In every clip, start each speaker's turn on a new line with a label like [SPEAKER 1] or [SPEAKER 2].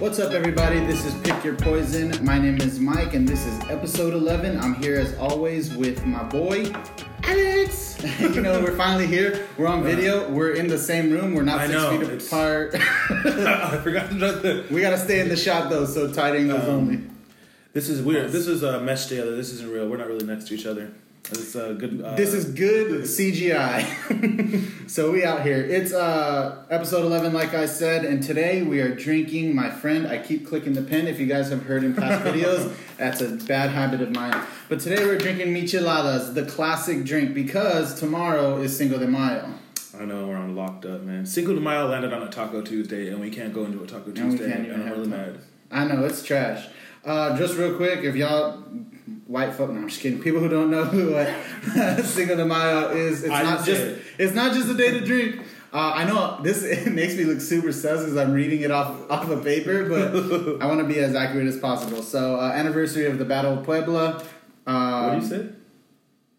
[SPEAKER 1] What's up, everybody? This is Pick Your Poison. My name is Mike, and this is episode 11. I'm here as always with my boy, Alex. you know, we're finally here. We're on video. We're in the same room. We're not
[SPEAKER 2] I
[SPEAKER 1] six
[SPEAKER 2] know,
[SPEAKER 1] feet
[SPEAKER 2] it's-
[SPEAKER 1] apart.
[SPEAKER 2] I forgot about the.
[SPEAKER 1] we gotta stay in the shot though, so tight angles
[SPEAKER 2] Um,
[SPEAKER 1] only.
[SPEAKER 2] This is weird. This is uh, meshed together. This isn't real. We're not really next to each other. It's uh, good. Uh,
[SPEAKER 1] This is good CGI. so we out here. It's uh episode 11 like I said and today we are drinking my friend. I keep clicking the pen if you guys have heard in past videos. That's a bad habit of mine. But today we're drinking micheladas, the classic drink because tomorrow is Cinco de Mayo.
[SPEAKER 2] I know we're on locked up, man. Cinco de Mayo landed on a Taco Tuesday, and we can't go into a Taco
[SPEAKER 1] we
[SPEAKER 2] Tuesday.
[SPEAKER 1] can't
[SPEAKER 2] And
[SPEAKER 1] even
[SPEAKER 2] I'm
[SPEAKER 1] have
[SPEAKER 2] really
[SPEAKER 1] tacos.
[SPEAKER 2] mad.
[SPEAKER 1] I know it's trash. Uh, just real quick, if y'all white folk, no, I'm just kidding. People who don't know who uh, Cinco de Mayo is, it's
[SPEAKER 2] I
[SPEAKER 1] not
[SPEAKER 2] didn't
[SPEAKER 1] just
[SPEAKER 2] say it.
[SPEAKER 1] it's not just a day to drink. Uh, I know this it makes me look super sus as I'm reading it off off a paper, but I want to be as accurate as possible. So, uh, anniversary of the Battle of Puebla. Um,
[SPEAKER 2] What do you say?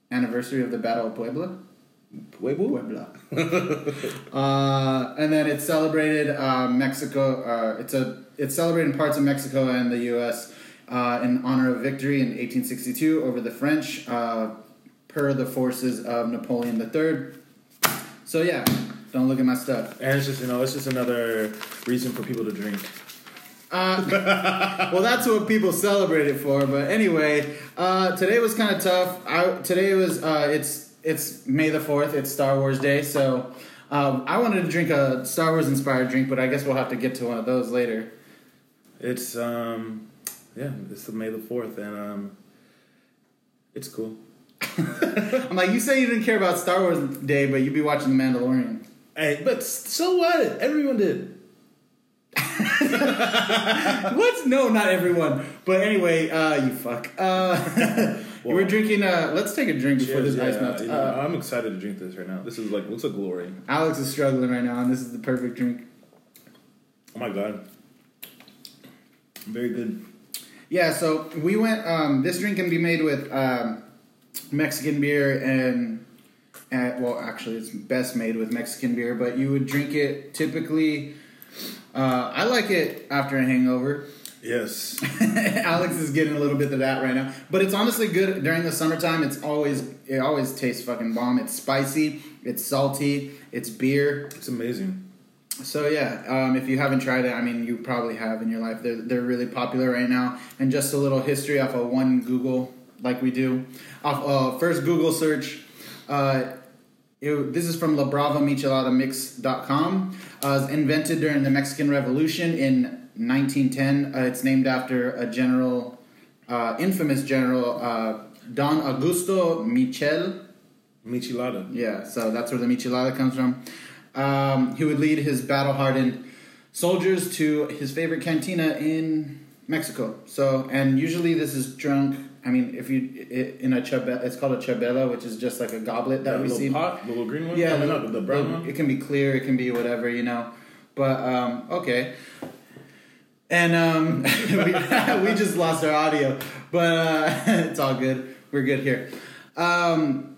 [SPEAKER 1] Anniversary of the Battle of Puebla.
[SPEAKER 2] Pueblo.
[SPEAKER 1] Puebla. uh, and then it's celebrated uh, Mexico. Uh, it's a it's celebrated in parts of Mexico and the U.S. Uh, in honor of victory in 1862 over the French, uh, per the forces of Napoleon III. So yeah, don't look at my stuff.
[SPEAKER 2] And it's just you know it's just another reason for people to drink.
[SPEAKER 1] Well, that's what people celebrate it for. But anyway, uh, today was kind of tough. I, today was uh, it's it's May the fourth. It's Star Wars Day, so um, I wanted to drink a Star Wars inspired drink, but I guess we'll have to get to one of those later.
[SPEAKER 2] It's um yeah it's the May the fourth and um it's cool.
[SPEAKER 1] I'm like, you say you didn't care about Star Wars Day, but you'd be watching The Mandalorian.
[SPEAKER 2] Hey, but s- so what? Everyone did.
[SPEAKER 1] what? No, not everyone. But anyway, uh, you fuck. Uh, we're drinking. Uh, let's take a drink before this
[SPEAKER 2] Yeah,
[SPEAKER 1] ice melts.
[SPEAKER 2] you know,
[SPEAKER 1] Uh,
[SPEAKER 2] I'm excited to drink this right now. This is like looks like glory.
[SPEAKER 1] Alex is struggling right now, and this is the perfect drink.
[SPEAKER 2] Oh my god. Very good.
[SPEAKER 1] Yeah, so we went. Um, this drink can be made with um, Mexican beer and, and well, actually, it's best made with Mexican beer. But you would drink it typically. Uh, I like it after a hangover.
[SPEAKER 2] Yes.
[SPEAKER 1] Alex is getting a little bit of that right now, but it's honestly good during the summertime. It's always it always tastes fucking bomb. It's spicy, it's salty, it's beer.
[SPEAKER 2] It's amazing.
[SPEAKER 1] So yeah, um, if you haven't tried it, I mean, you probably have in your life. They're they're really popular right now. And just a little history off of one Google, like we do, off uh, first Google search. Uh, it- this is from labravamichelada.mix.com. Uh, it was invented during the Mexican Revolution in 1910. Uh, it's named after a general, uh, infamous general, uh, Don Augusto Michel.
[SPEAKER 2] Michelada.
[SPEAKER 1] Yeah, so that's where the michelada comes from. Um, he would lead his battle-hardened soldiers to his favorite cantina in Mexico. So, and usually this is drunk. I mean, if you i- in a chabela, it's called a chabela, which is just like a goblet that,
[SPEAKER 2] That
[SPEAKER 1] we
[SPEAKER 2] little
[SPEAKER 1] see.
[SPEAKER 2] pot, the little green one.
[SPEAKER 1] Yeah,
[SPEAKER 2] no, no, no, the brown one.
[SPEAKER 1] It can be clear. It can be whatever you know. But um, okay. And um, we, we just lost our audio, but uh, it's all good. We're good here. Um,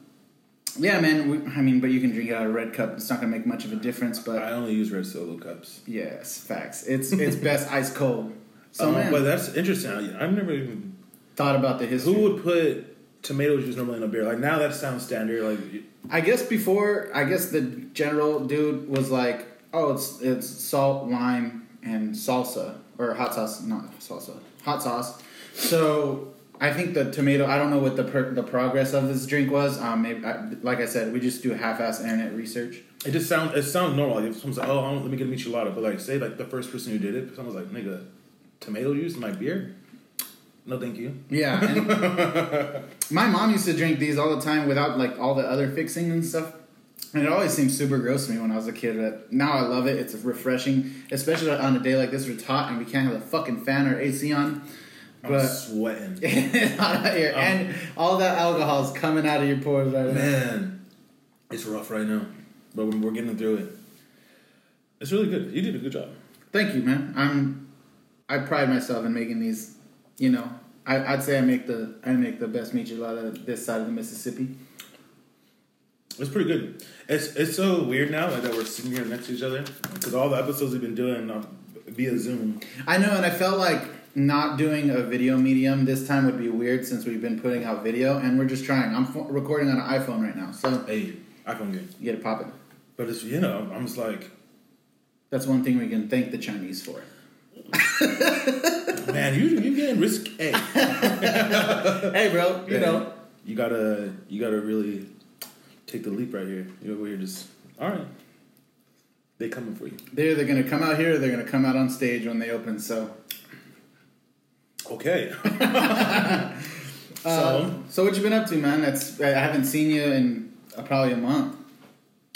[SPEAKER 1] yeah, man. We, I mean, but you can drink it out of a red cup. It's not gonna make much of a difference.
[SPEAKER 2] I
[SPEAKER 1] But
[SPEAKER 2] only use red solo cups.
[SPEAKER 1] yes, facts. It's it's best ice cold. So
[SPEAKER 2] Um,
[SPEAKER 1] man,
[SPEAKER 2] but that's interesting. I- I've never even
[SPEAKER 1] thought about the history.
[SPEAKER 2] Who would put tomato juice normally in a beer? Like now that sounds standard. Like you-
[SPEAKER 1] I guess before, I guess the general dude was like, "Oh, it's it's salt, lime, and salsa or hot sauce, not salsa, hot sauce." So I think the tomato. I don't know what the per- the progress of this drink was. Um, maybe, I, like I said, we just do half-ass internet research.
[SPEAKER 2] it just sounds it sounds normal. Like if someone's like, oh, I want, let me get a michelada, but like say like the first person who did it, someone's like, nigga, tomato juice in my beer? No, thank you.
[SPEAKER 1] Yeah. and my mom used to drink these all the time without like all the other fixing and stuff. And it always seemed super gross to me when I was a kid, but now I love it. It's refreshing, especially on a day like this. We're hot and we can't have a fucking fan or AC on.
[SPEAKER 2] I'm
[SPEAKER 1] But
[SPEAKER 2] sweating.
[SPEAKER 1] it's hot out here, and all that alcohol is coming out of your pores right now.
[SPEAKER 2] Man, it's rough right now, but we're, we're getting through it. It's really good. You did a good job.
[SPEAKER 1] Thank you, man. I'm I pride myself in making these. You know, I, I'd say I make the I make the best michelada this side of the Mississippi.
[SPEAKER 2] It's pretty good. It's it's so weird now like, that we're sitting here next to each other because all the episodes we've been doing, uh, via Zoom.
[SPEAKER 1] I know, and I felt like not doing a video medium this time would be weird since we've been putting out video and we're just trying. I'm f- recording on an iPhone right now, so
[SPEAKER 2] Hey, iPhone game.
[SPEAKER 1] you get it popping.
[SPEAKER 2] But it's you know, I'm just like,
[SPEAKER 1] That's one thing we can thank the Chinese for.
[SPEAKER 2] man, you you getting risky. Hey,
[SPEAKER 1] Hey, bro, you
[SPEAKER 2] Yeah.
[SPEAKER 1] know.
[SPEAKER 2] you gotta you gotta really take the leap right here. You know, where you're just all right. They coming for you.
[SPEAKER 1] They're either going to come out here or they're going to come out on stage when they open, so.
[SPEAKER 2] Okay. so
[SPEAKER 1] So, what you been up to, man? That's I I haven't seen you in uh, probably a month.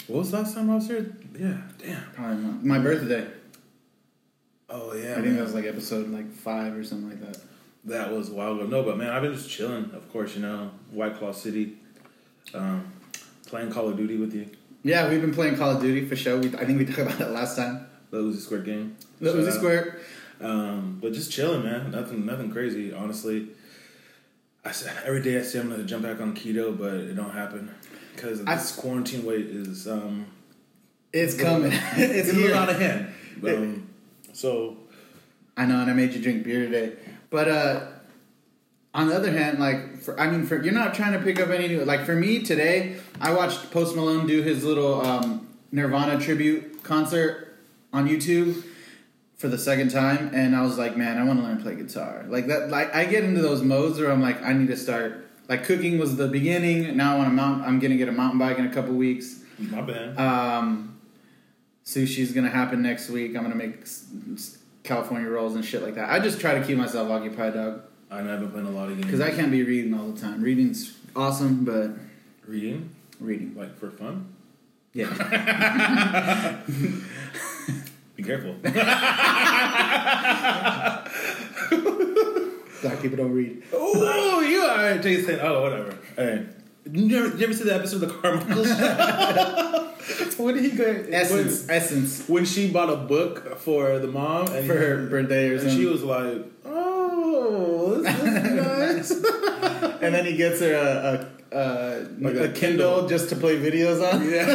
[SPEAKER 2] what was the last time I was here? Yeah, damn.
[SPEAKER 1] Probably a month. My birthday.
[SPEAKER 2] Oh yeah,
[SPEAKER 1] I think
[SPEAKER 2] man.
[SPEAKER 1] that was like episode like five or something like that.
[SPEAKER 2] that was a while ago. No, but man, I've been just chilling. Of course, you know, White Claw City, um, playing Call of Duty with you.
[SPEAKER 1] Yeah, we've been playing Call of Duty for show. We, I think we talked about that last time.
[SPEAKER 2] The Uzi Square game.
[SPEAKER 1] The
[SPEAKER 2] Shout
[SPEAKER 1] Uzi
[SPEAKER 2] out.
[SPEAKER 1] Square.
[SPEAKER 2] Um, but just chilling, man. Nothing, nothing crazy. Honestly, I s- every day I say I'm gonna jump back on keto, but it don't happen because
[SPEAKER 1] I-
[SPEAKER 2] this quarantine weight is um,
[SPEAKER 1] It's coming. it's
[SPEAKER 2] getting a
[SPEAKER 1] here.
[SPEAKER 2] little out of hand. Um, so
[SPEAKER 1] I know, and I made you drink beer today. But uh, on the other hand, like, for, I mean, for, you're not trying to pick up any new. Like for me today, I watched Post Malone do his little um, Nirvana tribute concert on YouTube for the second time, and I was like, man, I want to learn to play guitar. Like that, like I get into those modes where I'm like, I need to start. Like cooking was the beginning. Now I want to mount. I'm gonna get a mountain bike in a couple weeks.
[SPEAKER 2] my bad.
[SPEAKER 1] Um, sushi's gonna happen next week. I'm gonna make s- s- California rolls and shit like that. I just try to keep myself occupied, dog,
[SPEAKER 2] I know I've been playing a lot of games.
[SPEAKER 1] because I can't be reading all the time. Reading's awesome, but
[SPEAKER 2] reading
[SPEAKER 1] reading,
[SPEAKER 2] like for fun.
[SPEAKER 1] yeah.
[SPEAKER 2] Be careful.
[SPEAKER 1] Black people don't read.
[SPEAKER 2] oh, you are Jason. Oh, whatever. Hey. You ever, you ever see the episode of the Carmichaels? what did he go?
[SPEAKER 1] Essence, essence
[SPEAKER 2] when she bought a book for the mom and
[SPEAKER 1] for her birthday or
[SPEAKER 2] and she
[SPEAKER 1] something.
[SPEAKER 2] was like, "Oh, this is nice."
[SPEAKER 1] And then he gets her a. a uh,
[SPEAKER 2] Like
[SPEAKER 1] a,
[SPEAKER 2] a
[SPEAKER 1] Kindle,
[SPEAKER 2] Kindle.
[SPEAKER 1] just to play videos on.
[SPEAKER 2] yeah,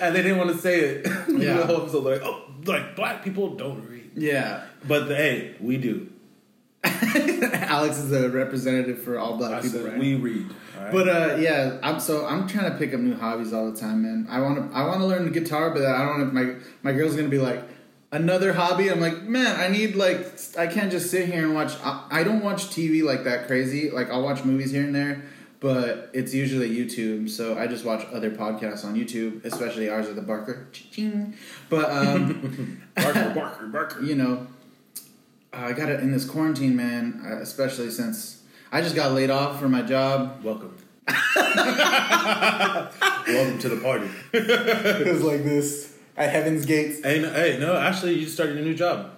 [SPEAKER 2] and they didn't want to say it.
[SPEAKER 1] Yeah.
[SPEAKER 2] the whole episode, like, oh, like black people don't read,
[SPEAKER 1] Yeah,
[SPEAKER 2] but hey, we do.
[SPEAKER 1] Alex is a representative for all black
[SPEAKER 2] I
[SPEAKER 1] people.
[SPEAKER 2] said
[SPEAKER 1] right?
[SPEAKER 2] we read, all right?
[SPEAKER 1] But uh, yeah, I'm so I'm trying to pick up new hobbies all the time, man. I want to I want to learn guitar, but I don't. wanna- My my girl's gonna be like another hobby. I'm like, man, I need like I can't just sit here and watch. I, I don't watch TV like that crazy. Like I'll watch movies here and there, but it's usually YouTube. So I just watch other podcasts on YouTube, especially ours at the Barker. Ching. But um,
[SPEAKER 2] Barker, Barker, Barker.
[SPEAKER 1] you know, I got to in this quarantine, man. uh, Especially since I just got laid off from my job.
[SPEAKER 2] Welcome. Welcome to the party.
[SPEAKER 1] It was like this at Heaven's Gates.
[SPEAKER 2] Hey, no, hey, no, actually, you started a new job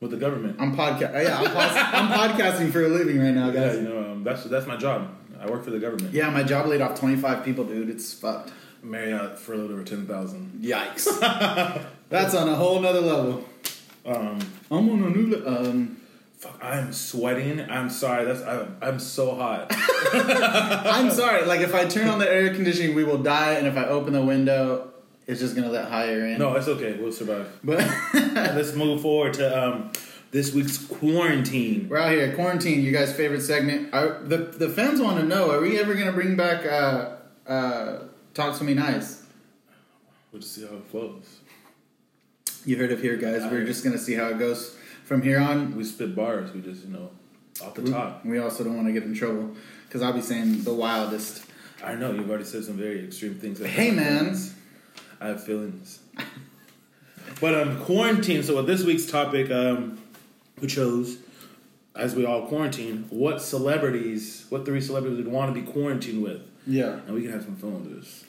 [SPEAKER 2] with the government.
[SPEAKER 1] I'm podcast. Yeah, I'm, pos- I'm podcasting for a living right now,
[SPEAKER 2] Yeah,
[SPEAKER 1] guys.
[SPEAKER 2] you know, um, that's that's my job. I work for the government.
[SPEAKER 1] Yeah, my job laid off 25 people, dude. It's fucked.
[SPEAKER 2] Marriott furloughed over ten thousand.
[SPEAKER 1] Yikes. That's on a whole nother level.
[SPEAKER 2] Um,
[SPEAKER 1] I'm on a new. Le- um,
[SPEAKER 2] Fuck, I'm sweating. I'm sorry. That's I, I'm so hot.
[SPEAKER 1] I'm sorry. Like, if I turn on the air conditioning, we will die, and if I open the window, it's just gonna let high air in.
[SPEAKER 2] No, it's okay. We'll survive.
[SPEAKER 1] But
[SPEAKER 2] Let's move forward to um, this week's quarantine.
[SPEAKER 1] we're out here quarantine. You guys' favorite segment. Are, the the fans want to know: Are we ever gonna bring back uh, uh, talk to me nice?
[SPEAKER 2] We'll just see how it flows.
[SPEAKER 1] You heard of here, guys. We're
[SPEAKER 2] Alright.
[SPEAKER 1] just gonna see how it goes from here on.
[SPEAKER 2] We spit bars. We just you know off the top.
[SPEAKER 1] We also don't want to get in trouble because I'll be saying the wildest.
[SPEAKER 2] I know you've already said some very extreme things.
[SPEAKER 1] Hey, man.
[SPEAKER 2] I have feelings. but um, quarantine. So with this week's topic, um, we chose as we all quarantine. What celebrities? What three celebrities would want to be quarantined with?
[SPEAKER 1] Yeah.
[SPEAKER 2] And we can have some fun with this.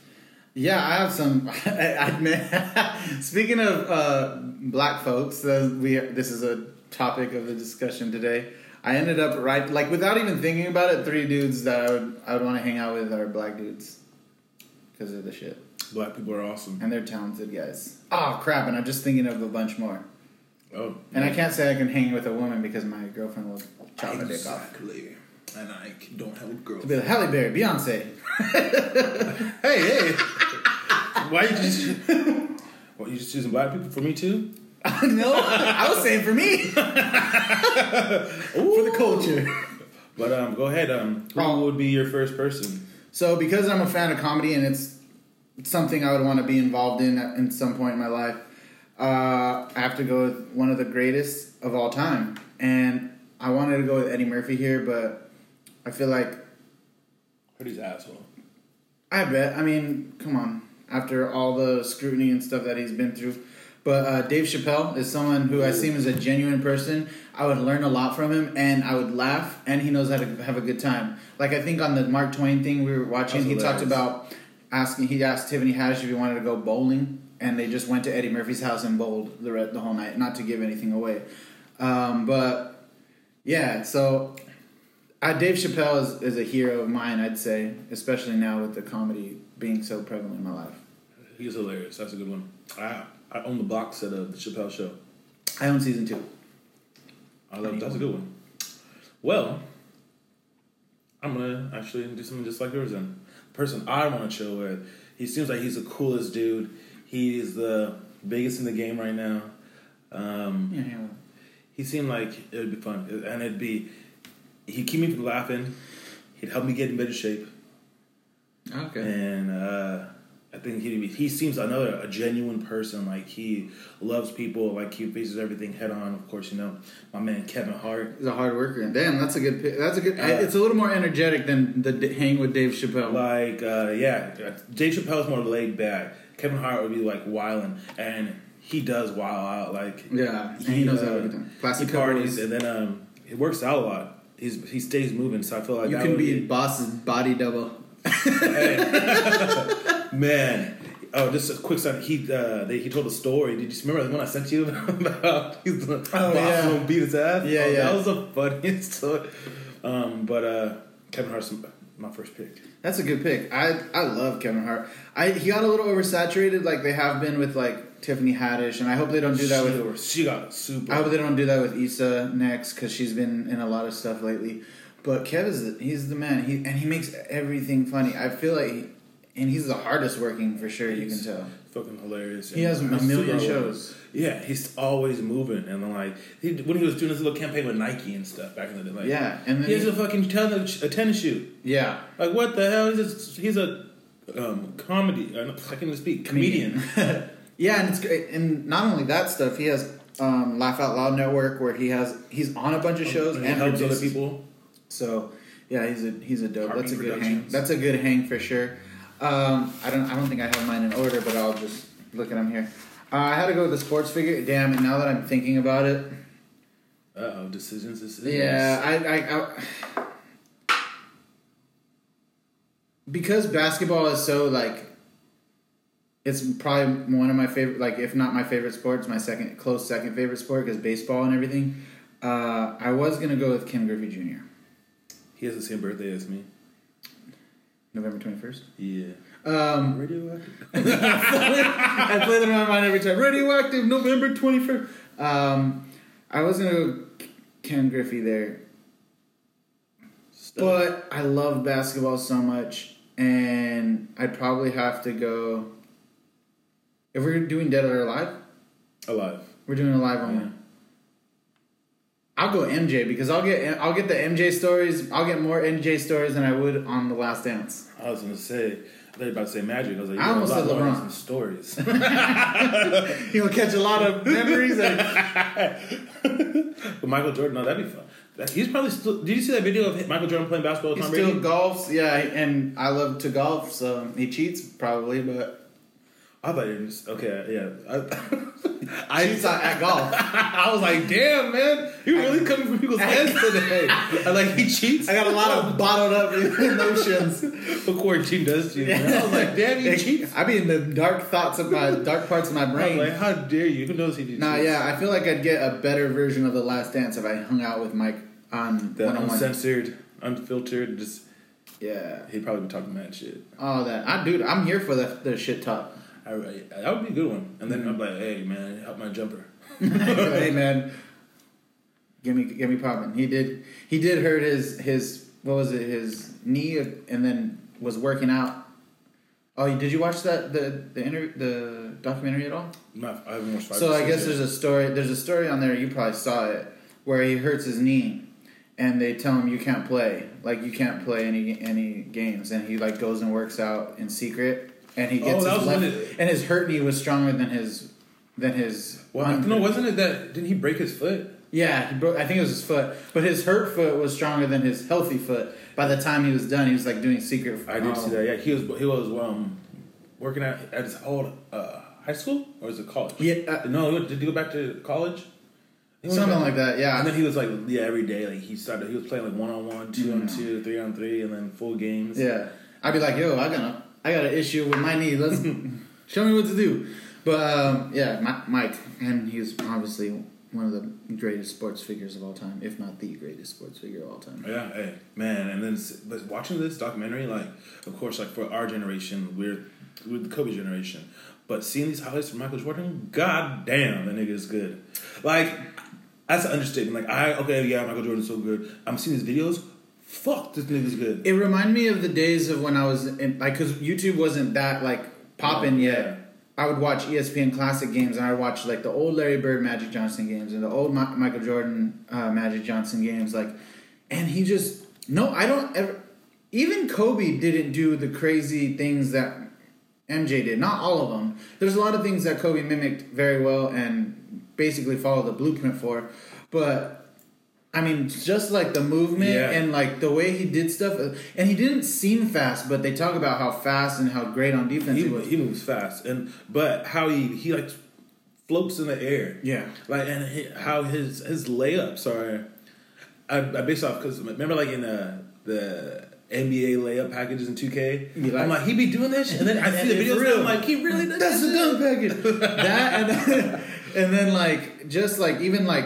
[SPEAKER 1] Yeah, I have some. I, I admit- speaking of uh, black folks, uh, we this is a topic of the discussion today. I ended up right like without even thinking about it. Three dudes that I would I would want to hang out with are black dudes because of the shit
[SPEAKER 2] Black people are awesome.
[SPEAKER 1] and they're talented guys. Oh crap! And I'm just thinking of a bunch more.
[SPEAKER 2] Oh,
[SPEAKER 1] And I can't say I can hang with a woman because my girlfriend will chop my dick off.
[SPEAKER 2] And I don't have a girl.
[SPEAKER 1] It'll be like Halle Berry, Beyonce.
[SPEAKER 2] Hey, hey. Why you just? What you just choosing black people for me too?
[SPEAKER 1] no, I was saying for me. for the culture.
[SPEAKER 2] But um, go ahead. Um, who
[SPEAKER 1] Oh.
[SPEAKER 2] would be your first person?
[SPEAKER 1] So, because I'm a fan of comedy and it's something I would want to be involved in at in some point in my life, uh, I have to go with one of the greatest of all time. And I wanted to go with Eddie Murphy here, but I feel like
[SPEAKER 2] Heard he's an asshole.
[SPEAKER 1] I bet. I mean, come on. After all the scrutiny and stuff that he's been through. But uh, Dave Chappelle is someone who I see him as a genuine person. I would learn a lot from him, and I would laugh, and he knows how to have a good time. Like I think on the Mark Twain thing we were watching,
[SPEAKER 2] That's
[SPEAKER 1] he talked
[SPEAKER 2] hilarious.
[SPEAKER 1] about asking. He asked Tiffany Haddish if he wanted to go bowling, and they just went to Eddie Murphy's house and bowled the re- the whole night, not to give anything away. Um, but yeah, so I, Uh, Dave Chappelle is, is a hero of mine, I'd say, especially now with the comedy being so prevalent in my life.
[SPEAKER 2] He's hilarious. That's a good one. I I own the box set of the Chappelle Show.
[SPEAKER 1] I own season two.
[SPEAKER 2] I love that's a good one. Well, I'm gonna actually do something just like yours. Then, person I want to chill with. He seems like he's the coolest dude. He is the biggest in the game right now. Um,
[SPEAKER 1] Yeah, yeah.
[SPEAKER 2] he seemed like it would be fun, and it'd be he'd keep me from laughing. He'd help me get in better shape,
[SPEAKER 1] Okay.
[SPEAKER 2] and uh, I think he he seems another a genuine person. Like he loves people. Like he faces everything head on. Of course, you know my man Kevin Hart.
[SPEAKER 1] He's a hard worker. And damn, that's a good. pi- That's a good. I- it's a little more energetic than the d- hang with Dave Chappelle.
[SPEAKER 2] Like, uh, yeah, Dave Chappelle's more laid back. Kevin Hart would be like wilding, and he does wild out. Like, uh,
[SPEAKER 1] Yeah, and he knows how to do that. Classic
[SPEAKER 2] he parties,
[SPEAKER 1] couples.
[SPEAKER 2] and then um, he works out a lot. He's he stays moving, so I feel like
[SPEAKER 1] you
[SPEAKER 2] that
[SPEAKER 1] can
[SPEAKER 2] would
[SPEAKER 1] be boss's body double.
[SPEAKER 2] man. Oh, just a quick side. He uh, they, he told a story. Did you remember the one I sent you about? He's the boss
[SPEAKER 1] Oh, yeah.
[SPEAKER 2] gonna beat his ass.
[SPEAKER 1] Yeah,
[SPEAKER 2] Oh,
[SPEAKER 1] yeah.
[SPEAKER 2] That was the funniest story. Um, but uh, Kevin Hart's my first pick.
[SPEAKER 1] That's a good pick. I I love Kevin Hart. I he got a little oversaturated, like they have been with like Tiffany Haddish, and I hope they don't do that with
[SPEAKER 2] she, she got super.
[SPEAKER 1] I hope they don't do that with Issa next because she's been in a lot of stuff lately. But Kev is he's the man. He and he makes everything funny. I feel like, he, and he's the hardest working for sure. You can tell.
[SPEAKER 2] fucking hilarious.
[SPEAKER 1] He has a
[SPEAKER 2] And
[SPEAKER 1] million
[SPEAKER 2] super-
[SPEAKER 1] shows.
[SPEAKER 2] Yeah, he's always moving, and then like he, when he was doing his little campaign with Nike and stuff back in the day, like
[SPEAKER 1] Yeah, and then
[SPEAKER 2] he has
[SPEAKER 1] he-
[SPEAKER 2] a fucking ten, a tennis shoe.
[SPEAKER 1] Yeah,
[SPEAKER 2] Like what the hell? He's a, he's a um, comedy. uh, I can speak comedian.
[SPEAKER 1] yeah, and it's great. And not only that stuff, he has um, Laugh Out Loud Network where he has he's on a bunch of shows
[SPEAKER 2] and
[SPEAKER 1] and,
[SPEAKER 2] Um, he helps other
[SPEAKER 1] produces.
[SPEAKER 2] people.
[SPEAKER 1] So yeah, he's a he's a dope.
[SPEAKER 2] Harvey
[SPEAKER 1] That's a good hang.
[SPEAKER 2] Productions.
[SPEAKER 1] That's a good hang for sure. Um, I don't I don't think I have mine in order, but I'll just look at them here. Uh, I had to go with the sports figure. Damn, and now that I'm thinking about it,
[SPEAKER 2] Uh oh, decisions, decisions.
[SPEAKER 1] yeah, I, I, I because basketball is so like it's probably one of my favorite, like if not my favorite sport, it's my second close second favorite sport because baseball and everything. Uh, I was gonna go with Kim Griffey Jr.
[SPEAKER 2] He has the same birthday as me.
[SPEAKER 1] November twenty first.
[SPEAKER 2] Yeah.
[SPEAKER 1] Um,
[SPEAKER 2] Radioactive.
[SPEAKER 1] I play that in my mind every time. Radioactive, November 21st. Um, I was going to go Ken Griffey there,
[SPEAKER 2] Stuff.
[SPEAKER 1] but I love basketball so much, and I'd probably have to go. If we're doing Dead or Alive,
[SPEAKER 2] Alive.
[SPEAKER 1] we're doing Alive only. I'll go MJ because I'll get I'll get the MJ stories. I'll get more MJ stories than I would on The Last Dance.
[SPEAKER 2] I was gonna say. I thought you were about to say magic. I was like,
[SPEAKER 1] I
[SPEAKER 2] you know,
[SPEAKER 1] almost
[SPEAKER 2] a lot
[SPEAKER 1] said
[SPEAKER 2] more
[SPEAKER 1] LeBron.
[SPEAKER 2] Some stories.
[SPEAKER 1] You'll catch a lot of memories. and-
[SPEAKER 2] But Michael Jordan, no, that'd be fun. That- He's probably still. Did you see that video of him- Michael Jordan playing basketball with
[SPEAKER 1] He
[SPEAKER 2] Tom
[SPEAKER 1] still
[SPEAKER 2] Brady?
[SPEAKER 1] golfs, yeah, and I love to golf, so he cheats probably, but
[SPEAKER 2] I thought you was okay. Yeah,
[SPEAKER 1] I cheats at, at golf.
[SPEAKER 2] I, I was like, damn, man, you really coming from people's heads today. I like he cheats.
[SPEAKER 1] I got a lot of bottled up emotions.
[SPEAKER 2] But quarantine does cheat. man. I was like, damn, he cheats.
[SPEAKER 1] I be in the dark thoughts of my dark parts of my
[SPEAKER 2] I was like,
[SPEAKER 1] brain.
[SPEAKER 2] how dare you? Who knows he did?
[SPEAKER 1] Nah,
[SPEAKER 2] cheats?
[SPEAKER 1] yeah, I feel like I'd get a better version of The Last Dance if I hung out with Mike on
[SPEAKER 2] The
[SPEAKER 1] one on one.
[SPEAKER 2] uncensored, unfiltered. Just
[SPEAKER 1] Yeah,
[SPEAKER 2] he'd probably be talking mad shit.
[SPEAKER 1] all that. I dude, I'm here for the, the shit talk.
[SPEAKER 2] I, I- that would be a good one. And then I'm like, hey, man, help my jumper.
[SPEAKER 1] hey man, give me give me poppin'. He did he did hurt his his what was it his knee and then was working out. Oh, you- did you watch that the the interview the documentary at all?
[SPEAKER 2] Not, I haven't watched five
[SPEAKER 1] So
[SPEAKER 2] or
[SPEAKER 1] I
[SPEAKER 2] six
[SPEAKER 1] guess
[SPEAKER 2] yet.
[SPEAKER 1] there's a story. There's a story on there. You probably saw it where he hurts his knee, and they tell him you can't play. Like you can't play any any games, and he like goes and works out in secret, and he
[SPEAKER 2] Oh,
[SPEAKER 1] gets
[SPEAKER 2] that
[SPEAKER 1] his
[SPEAKER 2] was when
[SPEAKER 1] left.
[SPEAKER 2] it-
[SPEAKER 1] And his hurt knee was stronger than his than his.
[SPEAKER 2] Well,
[SPEAKER 1] un-
[SPEAKER 2] no, wasn't it that? Didn't he break his foot?
[SPEAKER 1] Yeah, he broke. I think it was his foot, but his hurt foot was stronger than his healthy foot. By the time he was done, he was like doing secret.
[SPEAKER 2] I did
[SPEAKER 1] um,
[SPEAKER 2] see that. Yeah, he was he was um working at at his old uh, high school or is it college?
[SPEAKER 1] Yeah, uh,
[SPEAKER 2] no, did he go back to college? He went
[SPEAKER 1] something
[SPEAKER 2] back-
[SPEAKER 1] like that. Yeah,
[SPEAKER 2] And then he was like, yeah, every day, like he started. He was playing like one on one, two on two, three on three, and then full games.
[SPEAKER 1] Yeah, I'd be like, yo, I got a, I got an issue with my knee. Let's show me what to do. But um, yeah, Mi- Mike, and he's obviously one of the greatest sports figures of all time, if not the greatest sports figure of all time.
[SPEAKER 2] Yeah, hey, man, and then s- but watching this documentary, like of course, like for our generation, we're we're the Kobe generation, but seeing these highlights from Michael Jordan, god damn, that nigga is good. Like that's an understatement. Like I okay, yeah, Michael Jordan's so good. I'm seeing these videos. Fuck, this nigga's good.
[SPEAKER 1] It reminded me of the days of when I was in, like, because YouTube wasn't that like popping
[SPEAKER 2] Yeah.
[SPEAKER 1] yet. I would watch E ESPN Classic games, and I would watch like the old Larry Bird, Magic Johnson games, and the old Mi- Michael Jordan, uh, Magic Johnson games. Like, and he just no, I don't ever. Even Kobe didn't do the crazy things that MJ did. Not all of them. There's a lot of things that Kobe mimicked very well and basically followed the blueprint for, but I mean, just like the movement
[SPEAKER 2] Yeah.
[SPEAKER 1] and like the way he did stuff, uh, and he didn't seem fast, but they talk about how fast and how great on defense
[SPEAKER 2] He,
[SPEAKER 1] he, was.
[SPEAKER 2] he moves fast, and but how he he like floats in the air.
[SPEAKER 1] yeah,
[SPEAKER 2] like and hi how his his layups are. I, I based off because remember like in the the NBA layup packages in two K.
[SPEAKER 1] You like-
[SPEAKER 2] am like he be doing that shit, and then I see the
[SPEAKER 1] For
[SPEAKER 2] videos.
[SPEAKER 1] real.
[SPEAKER 2] And I'm like he really does
[SPEAKER 1] that's a
[SPEAKER 2] that
[SPEAKER 1] dumb package. that and then, and then like just like even like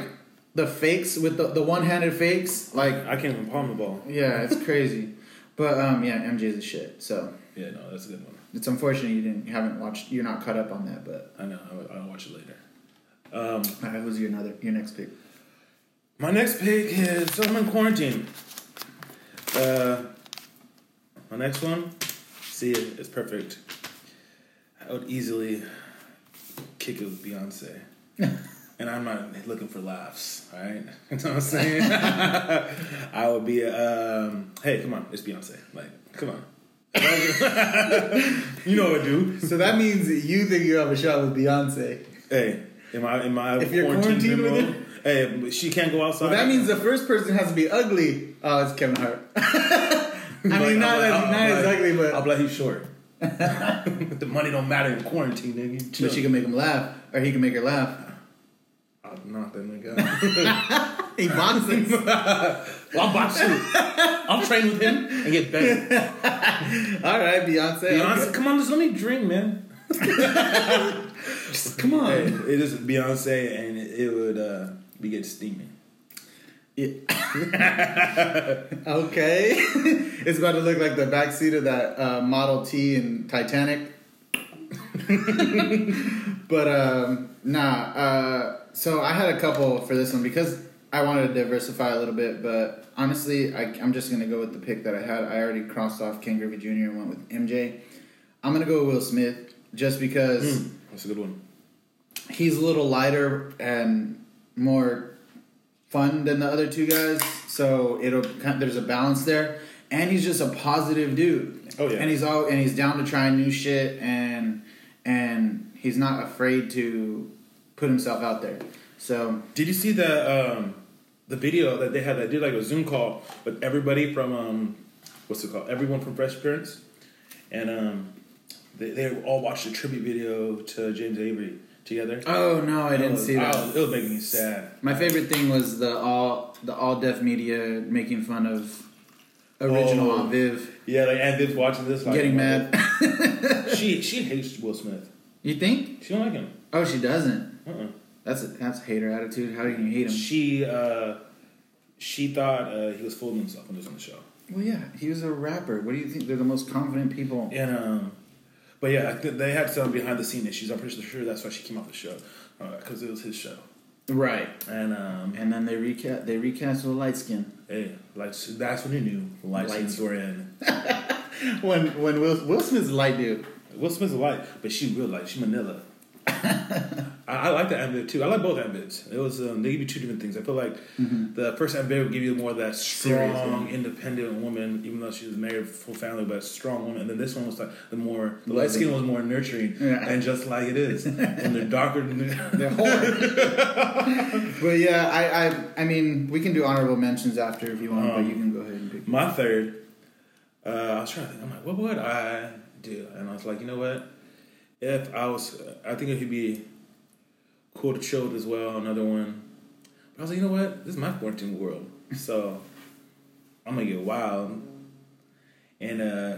[SPEAKER 1] the fakes with the, the one handed fakes, like
[SPEAKER 2] shit. I can't even palm the ball.
[SPEAKER 1] yeah, it's crazy. But um, yeah, MJ's a shit. So
[SPEAKER 2] Yeah, no, that's a good one.
[SPEAKER 1] it's unfortunate you didn't you haven't watched. You're not caught up on that. But
[SPEAKER 2] I know. I'll, I'll watch it later.
[SPEAKER 1] all right, who's your another your next pick?
[SPEAKER 2] My next pick is so I'm in quarantine. Uh, my next one, see it, it's perfect. I would easily kick it with Beyonce, and I'm not looking for laughs. All right, you know what I'm saying? I would be. Um, hey, come on, it's Beyonce. Like, come on. you know what I do.
[SPEAKER 1] So that means that you think you have a shot with Beyonce.
[SPEAKER 2] Hey, am I? Am I?
[SPEAKER 1] If you're quarantined with
[SPEAKER 2] limbo? Hey, but she can't go outside.
[SPEAKER 1] That means the first person has to be ugly. Oh, it's Kevin Hart. I mean, not, as, not as ugly,
[SPEAKER 2] I'll
[SPEAKER 1] but
[SPEAKER 2] be like, he's short. the money don't matter in quarantine, nigga. You chill.
[SPEAKER 1] but she can make him laugh, or he can make her laugh.
[SPEAKER 2] I'll knock that nigga out.
[SPEAKER 1] He boxes.
[SPEAKER 2] I'll box you. I'll train with him and get better.
[SPEAKER 1] All right, Beyonce.
[SPEAKER 2] Beyonce, come on, just let me drink, man.
[SPEAKER 1] come on.
[SPEAKER 2] Hey, it is Beyonce, and it, it would uh, be get steaming.
[SPEAKER 1] Okay, it's about to look like the backseat of that uh, Model T in Titanic. but um, nah, uh, so I had a couple for this one because I wanted to diversify a little bit. But honestly, I, I'm just gonna go with the pick that I had. I already crossed off Ken Griffey Jr. and went with MJ. I'm gonna go with Will Smith just
[SPEAKER 2] Hmm.
[SPEAKER 1] because
[SPEAKER 2] That's a good one.
[SPEAKER 1] he's a little lighter and more fun than the other two guys, so it'll kind- there's a balance there. And he's just a positive dude.
[SPEAKER 2] Oh, yeah.
[SPEAKER 1] And he's all and he's down to try new shit and and he's not afraid to put himself out there. So
[SPEAKER 2] Did you see the um, the video that they had that did like a Zoom call with everybody from um, what's it called? Everyone from Fresh Prince, and um, they, they all watched a tribute video to James Avery together.
[SPEAKER 1] oh no, I didn't see that.
[SPEAKER 2] Oh, it was making me sad.
[SPEAKER 1] My favorite thing was the all the all deaf media making fun of original
[SPEAKER 2] Oh.
[SPEAKER 1] on Viv
[SPEAKER 2] Yeah, like and this watching this, like,
[SPEAKER 1] getting mad.
[SPEAKER 2] She she hates Will Smith.
[SPEAKER 1] you think?
[SPEAKER 2] She don't like him.
[SPEAKER 1] Oh, she doesn't.
[SPEAKER 2] Uh-uh.
[SPEAKER 1] That's a that's a hater attitude. How can you hate him?
[SPEAKER 2] She uh, she thought uh, he was fooling himself when he was on the show.
[SPEAKER 1] Well, yeah, he was a rapper. What do you think? They're the most confident people.
[SPEAKER 2] And um, but yeah, I think they had some behind the scene issues. I'm pretty sure that's why she came off the show because it was his show.
[SPEAKER 1] Right.
[SPEAKER 2] And um,
[SPEAKER 1] And then they recast. They recast with a light skin.
[SPEAKER 2] hey, like that's when you knew the lights,
[SPEAKER 1] Lights.
[SPEAKER 2] were in.
[SPEAKER 1] When when Will Will Smith's a light dude.
[SPEAKER 2] Will Smith's a light, but she real light. She Manila. I, I like the ambit too. I like both ambits. It was um, they give you two different things. I feel like the first ambit would give you more of that strong,
[SPEAKER 1] Mm-hmm. Serious woman.
[SPEAKER 2] independent woman, even though she was married full family, but strong woman. And then this one was like the more the light
[SPEAKER 1] Loving.
[SPEAKER 2] skin was more nurturing
[SPEAKER 1] Yeah.
[SPEAKER 2] and just like it is. when they're darker, than
[SPEAKER 1] They're horrid. but yeah, I, I I mean, we can do honorable mentions after if you want, but
[SPEAKER 2] Um,
[SPEAKER 1] you can go ahead and pick.
[SPEAKER 2] my third. Uh, I was trying to think. I'm like, what would I do? And I was like, you know what? If I was, I think it would be cool to chill with as well. Another one. But I was like, you know what? This is my quarantine world, so I'm gonna get wild. And uh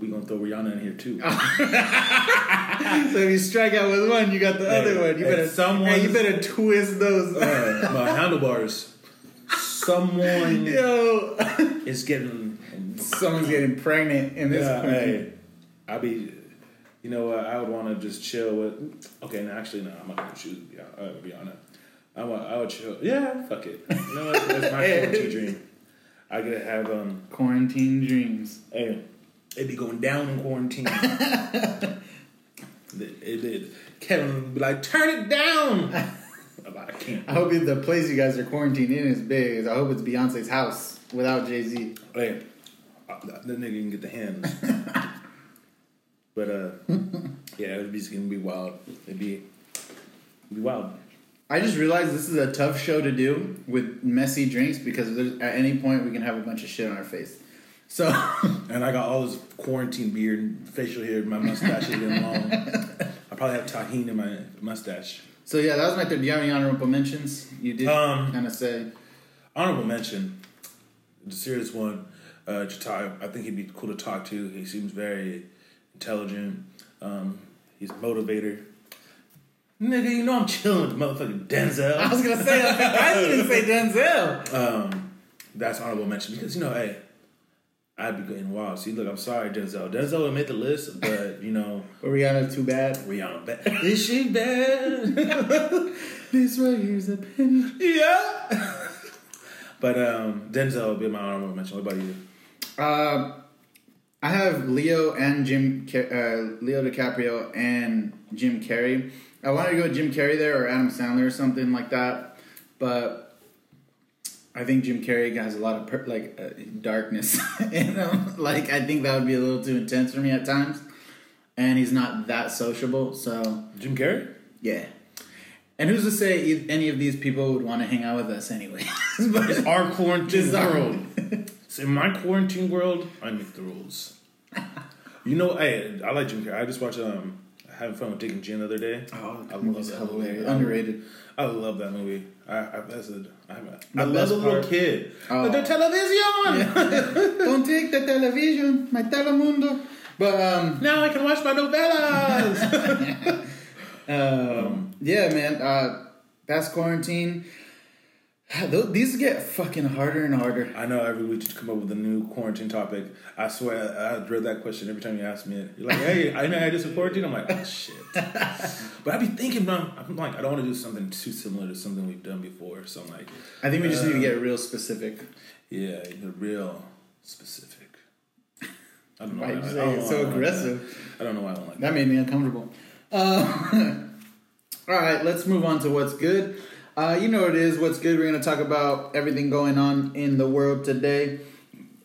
[SPEAKER 2] we gonna throw Rihanna in here too.
[SPEAKER 1] So if you strike out with one, you got the
[SPEAKER 2] Hey,
[SPEAKER 1] other one. You
[SPEAKER 2] hey,
[SPEAKER 1] better
[SPEAKER 2] someone's-
[SPEAKER 1] hey, you better twist those.
[SPEAKER 2] Uh, my handlebars. Someone
[SPEAKER 1] Yo,
[SPEAKER 2] is getting.
[SPEAKER 1] someone's getting pregnant in this.
[SPEAKER 2] Yeah,
[SPEAKER 1] country.
[SPEAKER 2] hey, I be, you know what? I would want to just chill with. Okay, no, actually, no, I'm not gonna choose Rihanna. Uh, Rihanna. I want. I would chill. Yeah, fuck it. You know what? That's my quarantine dream. I gotta have um.
[SPEAKER 1] Quarantine dreams.
[SPEAKER 2] Hey, it be going down in quarantine. it, it did. Kevin would be like, turn it down. I'm like, I can't.
[SPEAKER 1] I hope the place you guys are quarantined in is big. As I hope it's Beyonce's house without Jay Z.
[SPEAKER 2] Hey, uh, that that nigga can get the hands. but uh, yeah, it'd be it's gonna be wild. It'd be, it'd be wild.
[SPEAKER 1] I just realized this is a tough show to do with messy drinks because there's, at any point we can have a bunch of shit on our face. So
[SPEAKER 2] And I got all this quarantine beard, and facial hair, my mustache is getting long. I probably have tahini in my mustache.
[SPEAKER 1] So yeah, that was my third. Do you have any honorable mentions? You did
[SPEAKER 2] Um,
[SPEAKER 1] kind of say
[SPEAKER 2] Honorable mention, the serious one, uh, Jatai. I think he'd be cool to talk to. He seems very intelligent. Um, he's a motivator. Nigga, you know I'm chilling with motherfucking Denzel.
[SPEAKER 1] I was gonna say I was gonna say Denzel.
[SPEAKER 2] Um, that's honorable mention because you know, hey, I'd be getting wild. See, look, I'm sorry, Denzel. Denzel would make the list, but you know,
[SPEAKER 1] Or Rihanna, too bad.
[SPEAKER 2] Rihanna bad. Is she bad?
[SPEAKER 1] This right here's a penny.
[SPEAKER 2] yeah. but um, Denzel would be my honorable mention. What about you?
[SPEAKER 1] Uh, I have Leo and Jim, Ca- uh, Leo DiCaprio and Jim Carrey. I wanted to go with Jim Carrey there or Adam Sandler or something like that, but I think Jim Carrey has a lot of per- like uh, darkness in him. Like I think that would be a little too intense for me at times, and he's not that sociable, so.
[SPEAKER 2] Jim Carrey.
[SPEAKER 1] Yeah. And who's to say e- any of these people would want to hang out with us anyway?
[SPEAKER 2] It's our quarantine
[SPEAKER 1] This is our-
[SPEAKER 2] world. so in my quarantine world, I make the rules. You know, hey, I like Jim Carrey. I just watched um, having fun with Dick and Jen the other day.
[SPEAKER 1] oh,
[SPEAKER 2] I love that movie.
[SPEAKER 1] Underrated.
[SPEAKER 2] I love that movie. I I, that's a, I, I
[SPEAKER 1] The
[SPEAKER 2] love
[SPEAKER 1] best
[SPEAKER 2] the little
[SPEAKER 1] part-
[SPEAKER 2] kid.
[SPEAKER 1] Oh.
[SPEAKER 2] The television.
[SPEAKER 1] Don't take the television, my telemundo. But um,
[SPEAKER 2] Now I can watch my novellas.
[SPEAKER 1] um yeah, man. Uh, that's quarantine. Tho- These get fucking harder and harder.
[SPEAKER 2] I know every week you come up with a new quarantine topic. I swear I, I dread that question every time you ask me it. You're like, hey, I know I just quarantine. I'm like, oh shit. but I be thinking, man, I'm like, I don't want to do something too similar to something we've done before. So I'm like,
[SPEAKER 1] I think we just need to get real specific.
[SPEAKER 2] yeah, you're real specific. I don't know.
[SPEAKER 1] Why
[SPEAKER 2] why
[SPEAKER 1] you
[SPEAKER 2] I- I
[SPEAKER 1] say
[SPEAKER 2] don't
[SPEAKER 1] it's
[SPEAKER 2] know
[SPEAKER 1] so
[SPEAKER 2] why I don't like
[SPEAKER 1] aggressive?
[SPEAKER 2] that. I don't know why I don't like that.
[SPEAKER 1] That made me uncomfortable. Uh, all right, let's move on to what's good. Uh, you know what it is. What's good? We're going to talk about everything going on in the world today,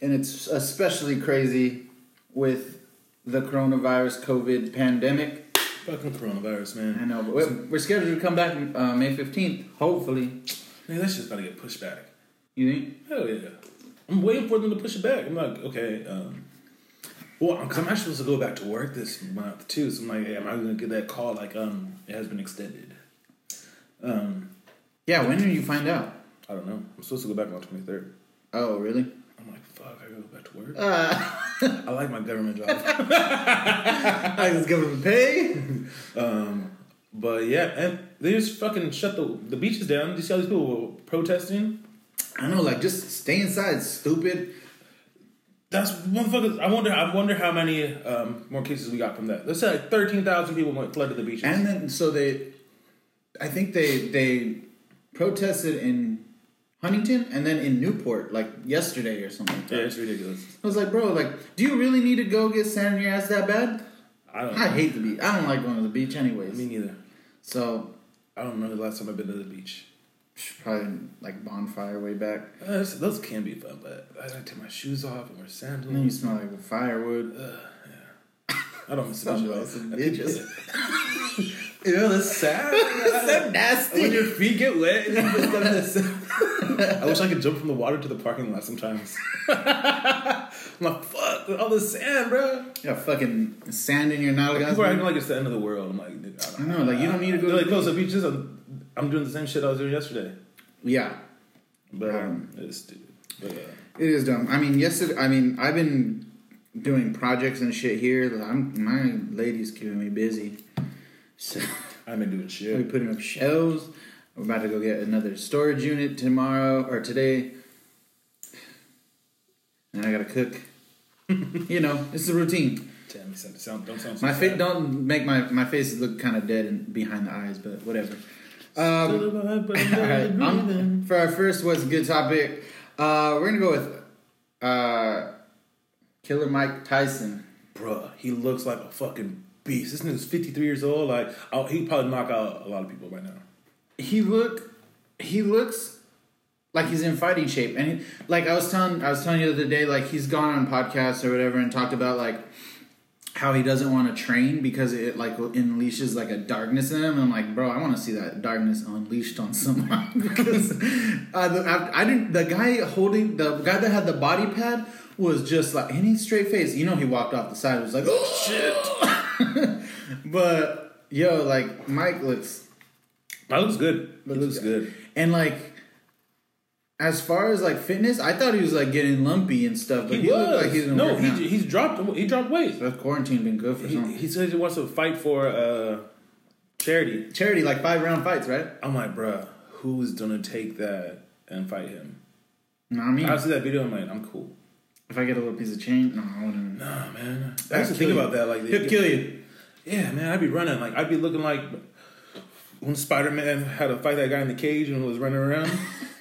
[SPEAKER 1] and it's especially crazy with the coronavirus COVID pandemic.
[SPEAKER 2] Fucking coronavirus, man.
[SPEAKER 1] I know, but we're, we're scheduled to come back uh, May fifteenth. Hopefully,
[SPEAKER 2] Man, that shit's about to get pushed back.
[SPEAKER 1] you think?
[SPEAKER 2] Hell yeah. I'm waiting for them to push it back. I'm like, okay, um, well, I'm, 'cause I'm actually supposed to go back to work this month too. So I'm like, hey, am I going to get that call? Like, um, it has been extended. Um,
[SPEAKER 1] Yeah. When do you find out?
[SPEAKER 2] I don't know. I'm supposed to go back on the 23rd.
[SPEAKER 1] Oh, really?
[SPEAKER 2] I'm like, fuck, I gotta go back to work. I like my government job.
[SPEAKER 1] I just give them pay.
[SPEAKER 2] um, but yeah, and they just fucking shut the the beaches down. Did you see all these people were protesting?
[SPEAKER 1] I know, like just stay inside, stupid.
[SPEAKER 2] That's motherfuckers. I wonder. I wonder how many um, more cases we got from that. Let's say like thirteen thousand people went flooded the beaches.
[SPEAKER 1] And then so they, I think they they protested in Huntington and then in Newport like yesterday or something. Like that.
[SPEAKER 2] yeah, it's ridiculous.
[SPEAKER 1] I was like, bro, like, do you really need to go get sand in your ass that bad?
[SPEAKER 2] I don't.
[SPEAKER 1] I hate the beach. I don't like going to the beach anyways.
[SPEAKER 2] me neither.
[SPEAKER 1] so
[SPEAKER 2] I don't remember the last time I've been to the beach.
[SPEAKER 1] probably like bonfire way back.
[SPEAKER 2] Uh, that's- those can be fun, but I like to take my shoes off and wear
[SPEAKER 1] And then you
[SPEAKER 2] sandals.
[SPEAKER 1] smell like firewood.
[SPEAKER 2] I don't miss the beach at all.
[SPEAKER 1] Smells like bitches.
[SPEAKER 2] Ew, that's sad.
[SPEAKER 1] so nasty.
[SPEAKER 2] when your feet get wet, and you just gotta- I wish I could jump from the water to the parking lot sometimes. I'm like, fuck, all the sand, bro.
[SPEAKER 1] You got fucking sand in your noggin.
[SPEAKER 2] People are acting like it's the end of the world. I'm like, dude, I don't
[SPEAKER 1] I know, like you don't need to go. To
[SPEAKER 2] They're like,
[SPEAKER 1] the
[SPEAKER 2] close the beaches. I'm, I'm doing the same shit I was doing yesterday.
[SPEAKER 1] yeah,
[SPEAKER 2] But
[SPEAKER 1] Um,
[SPEAKER 2] um, it's stupid. But, uh,
[SPEAKER 1] it is dumb. I mean, yesterday. I mean, I've been doing projects and shit here. that I'm my lady's keeping me busy. So
[SPEAKER 2] I've been doing
[SPEAKER 1] we're
[SPEAKER 2] shit.
[SPEAKER 1] putting up shelves. We're about to go get another storage unit tomorrow or today. And I gotta cook. you know, it's the routine.
[SPEAKER 2] Damn, you sound, sound, don't sound so
[SPEAKER 1] My face
[SPEAKER 2] sad.
[SPEAKER 1] don't make my my face look kind of dead and behind the eyes, but whatever.
[SPEAKER 2] Still
[SPEAKER 1] Um,
[SPEAKER 2] alive, but I'm
[SPEAKER 1] All right,
[SPEAKER 2] barely
[SPEAKER 1] um,
[SPEAKER 2] breathing.
[SPEAKER 1] for our first what's good topic, uh, we're gonna go with uh, Killer Mike Tyson.
[SPEAKER 2] Bruh, he looks like a fucking beast. This nigga's 53 years old. Like, I'll, he'd probably knock out a lot of people by now.
[SPEAKER 1] He look, he looks like he's in fighting shape, and he, like I was telling, I was telling you the other day, like he's gone on podcasts or whatever and talked about like how he doesn't want to train because it like unleashes like a darkness in him. I'm like, bro, I want to see that darkness unleashed on someone because uh, the, I, I didn't. The guy holding the guy that had the body pad was just like, and he's straight face. You know, he walked off the side. Was like, oh shit. but yo, like Mike looks
[SPEAKER 2] That looks good. That looks good.
[SPEAKER 1] and like. As far as like fitness, I thought he was like getting lumpy and stuff, but he, looked like he's been
[SPEAKER 2] no,
[SPEAKER 1] working out.
[SPEAKER 2] he, he's dropped. He dropped weight.
[SPEAKER 1] That quarantine been good for
[SPEAKER 2] He,
[SPEAKER 1] something.
[SPEAKER 2] he says he wants to fight for uh, charity.
[SPEAKER 1] Charity, like five round fights, right?
[SPEAKER 2] I'm like, bruh, who's gonna take that and fight him?
[SPEAKER 1] No, I mean,
[SPEAKER 2] I see that video. I'm like, I'm cool.
[SPEAKER 1] If I get a little piece of chain, no, I wouldn't.
[SPEAKER 2] Nah, man. I used to
[SPEAKER 1] That'd
[SPEAKER 2] think
[SPEAKER 1] kill
[SPEAKER 2] about
[SPEAKER 1] you.
[SPEAKER 2] that. Like,
[SPEAKER 1] He'll kill you.
[SPEAKER 2] yeah, man. I'd be running. Like, I'd be looking like when Spider Man had to fight that guy in the cage and was running around.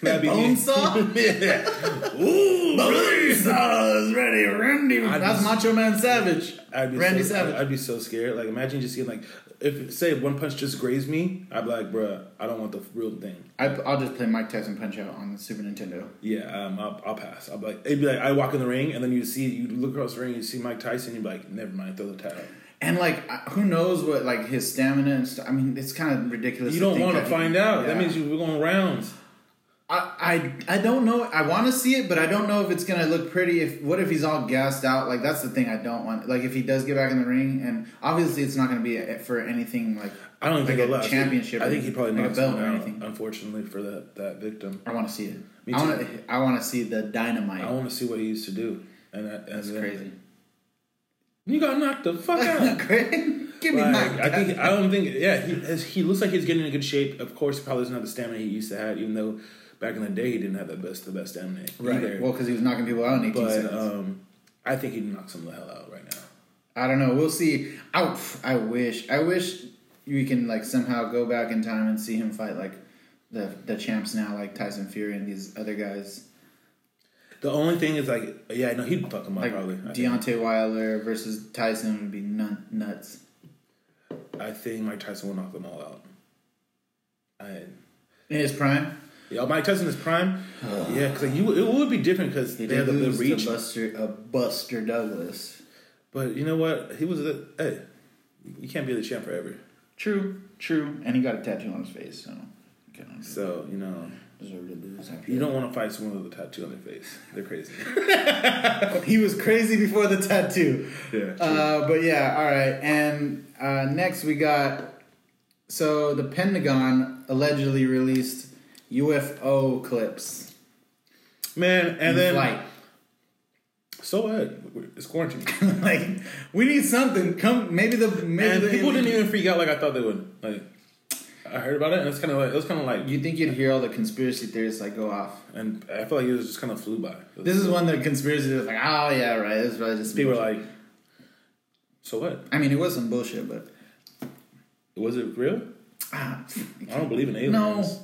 [SPEAKER 2] That'd be
[SPEAKER 1] Bone saw?
[SPEAKER 2] yeah. Ooh, release us, ready, Randy.
[SPEAKER 1] That's
[SPEAKER 2] That's my.
[SPEAKER 1] Macho Man Savage.
[SPEAKER 2] I'd be
[SPEAKER 1] Randy
[SPEAKER 2] so,
[SPEAKER 1] Savage.
[SPEAKER 2] I'd be so scared. Like, imagine just getting like, if say one punch just grazed me, I'd be like, bruh, I don't want the real thing.
[SPEAKER 1] I, I'll just play Mike Tyson Punch Out on the Super Nintendo.
[SPEAKER 2] Yeah, um, I'll, I'll pass. I'll be like, it'd be like I walk in the ring, and then you see, you look across the ring, you see Mike Tyson, you'd be like, never mind, throw the towel.
[SPEAKER 1] And like, I- who knows what like his stamina and stuff. I mean, it's kind of ridiculous.
[SPEAKER 2] You don't
[SPEAKER 1] think
[SPEAKER 2] want to
[SPEAKER 1] that he-
[SPEAKER 2] find out. That
[SPEAKER 1] Yeah.
[SPEAKER 2] means you we're going rounds.
[SPEAKER 1] I, I I don't know. I want to see it, but I don't know if it's gonna look pretty. If what if he's all gassed out? Like that's the thing I don't want. Like if he does get back in the ring, and obviously it's not gonna be a, for anything like
[SPEAKER 2] I don't
[SPEAKER 1] like
[SPEAKER 2] think
[SPEAKER 1] a
[SPEAKER 2] it'll last.
[SPEAKER 1] championship.
[SPEAKER 2] I
[SPEAKER 1] or
[SPEAKER 2] think he probably
[SPEAKER 1] like a
[SPEAKER 2] knocks
[SPEAKER 1] belt
[SPEAKER 2] him
[SPEAKER 1] or
[SPEAKER 2] out,
[SPEAKER 1] anything.
[SPEAKER 2] Unfortunately for that that victim,
[SPEAKER 1] I want to see it.
[SPEAKER 2] Me
[SPEAKER 1] I
[SPEAKER 2] too.
[SPEAKER 1] want to. I want to see the dynamite.
[SPEAKER 2] I want to see what he used to do. And, that, and
[SPEAKER 1] That's
[SPEAKER 2] then-
[SPEAKER 1] crazy.
[SPEAKER 2] You got knocked the fuck out.
[SPEAKER 1] Give me
[SPEAKER 2] Like,
[SPEAKER 1] my.
[SPEAKER 2] I think I don't think yeah he as- he looks like he's getting in good shape. Of course, he probably doesn't have the stamina he used to have. Even though back in the day he didn't have the best the best stamina either.
[SPEAKER 1] Right. Well, because he was knocking people out in 18
[SPEAKER 2] but
[SPEAKER 1] seconds.
[SPEAKER 2] um, I think he knocks him the hell out right now.
[SPEAKER 1] I don't know. We'll see. Ow, I wish. I wish we can like somehow go back in time and see him fight like the the champs now, like Tyson Fury and these other guys,
[SPEAKER 2] The only thing is like yeah no he'd fuck him up
[SPEAKER 1] like
[SPEAKER 2] probably. I think,
[SPEAKER 1] Deontay Wilder versus Tyson would be nun- nuts.
[SPEAKER 2] I think Mike Tyson will knock them all out. I
[SPEAKER 1] In his prime,
[SPEAKER 2] yeah Mike Tyson is prime. yeah, because like you it would be different because
[SPEAKER 1] he
[SPEAKER 2] they
[SPEAKER 1] did
[SPEAKER 2] have the, the
[SPEAKER 1] lose
[SPEAKER 2] reach.
[SPEAKER 1] to Buster, uh, Buster Douglas.
[SPEAKER 2] But you know what? He was a hey. You can't be the champ forever.
[SPEAKER 1] True, true. And he got a tattoo on his face, so kind of
[SPEAKER 2] So you know.
[SPEAKER 1] deserve to lose. I feel.
[SPEAKER 2] You don't want to fight someone with a tattoo on their face. They're crazy.
[SPEAKER 1] He was crazy before the tattoo.
[SPEAKER 2] Yeah.
[SPEAKER 1] Uh, but yeah, all right. And uh, next we got so the Pentagon allegedly released UFO clips.
[SPEAKER 2] Man, and then
[SPEAKER 1] like,
[SPEAKER 2] so what? It's quarantine.
[SPEAKER 1] like we need something. Come, maybe the maybe
[SPEAKER 2] and
[SPEAKER 1] the
[SPEAKER 2] people didn't even freak out like I thought they would. Like I heard about it, and it's kind of like it was kind of like,
[SPEAKER 1] You think you'd hear all the conspiracy theorists like go off?
[SPEAKER 2] and I feel like it was just kind of flew by.
[SPEAKER 1] This is one that conspiracy theorists like, oh yeah, right. This is probably just some
[SPEAKER 2] people were
[SPEAKER 1] bullshit."
[SPEAKER 2] like, so what?
[SPEAKER 1] I mean, it was some bullshit, but
[SPEAKER 2] Was it real?
[SPEAKER 1] ah,
[SPEAKER 2] I don't believe in aliens.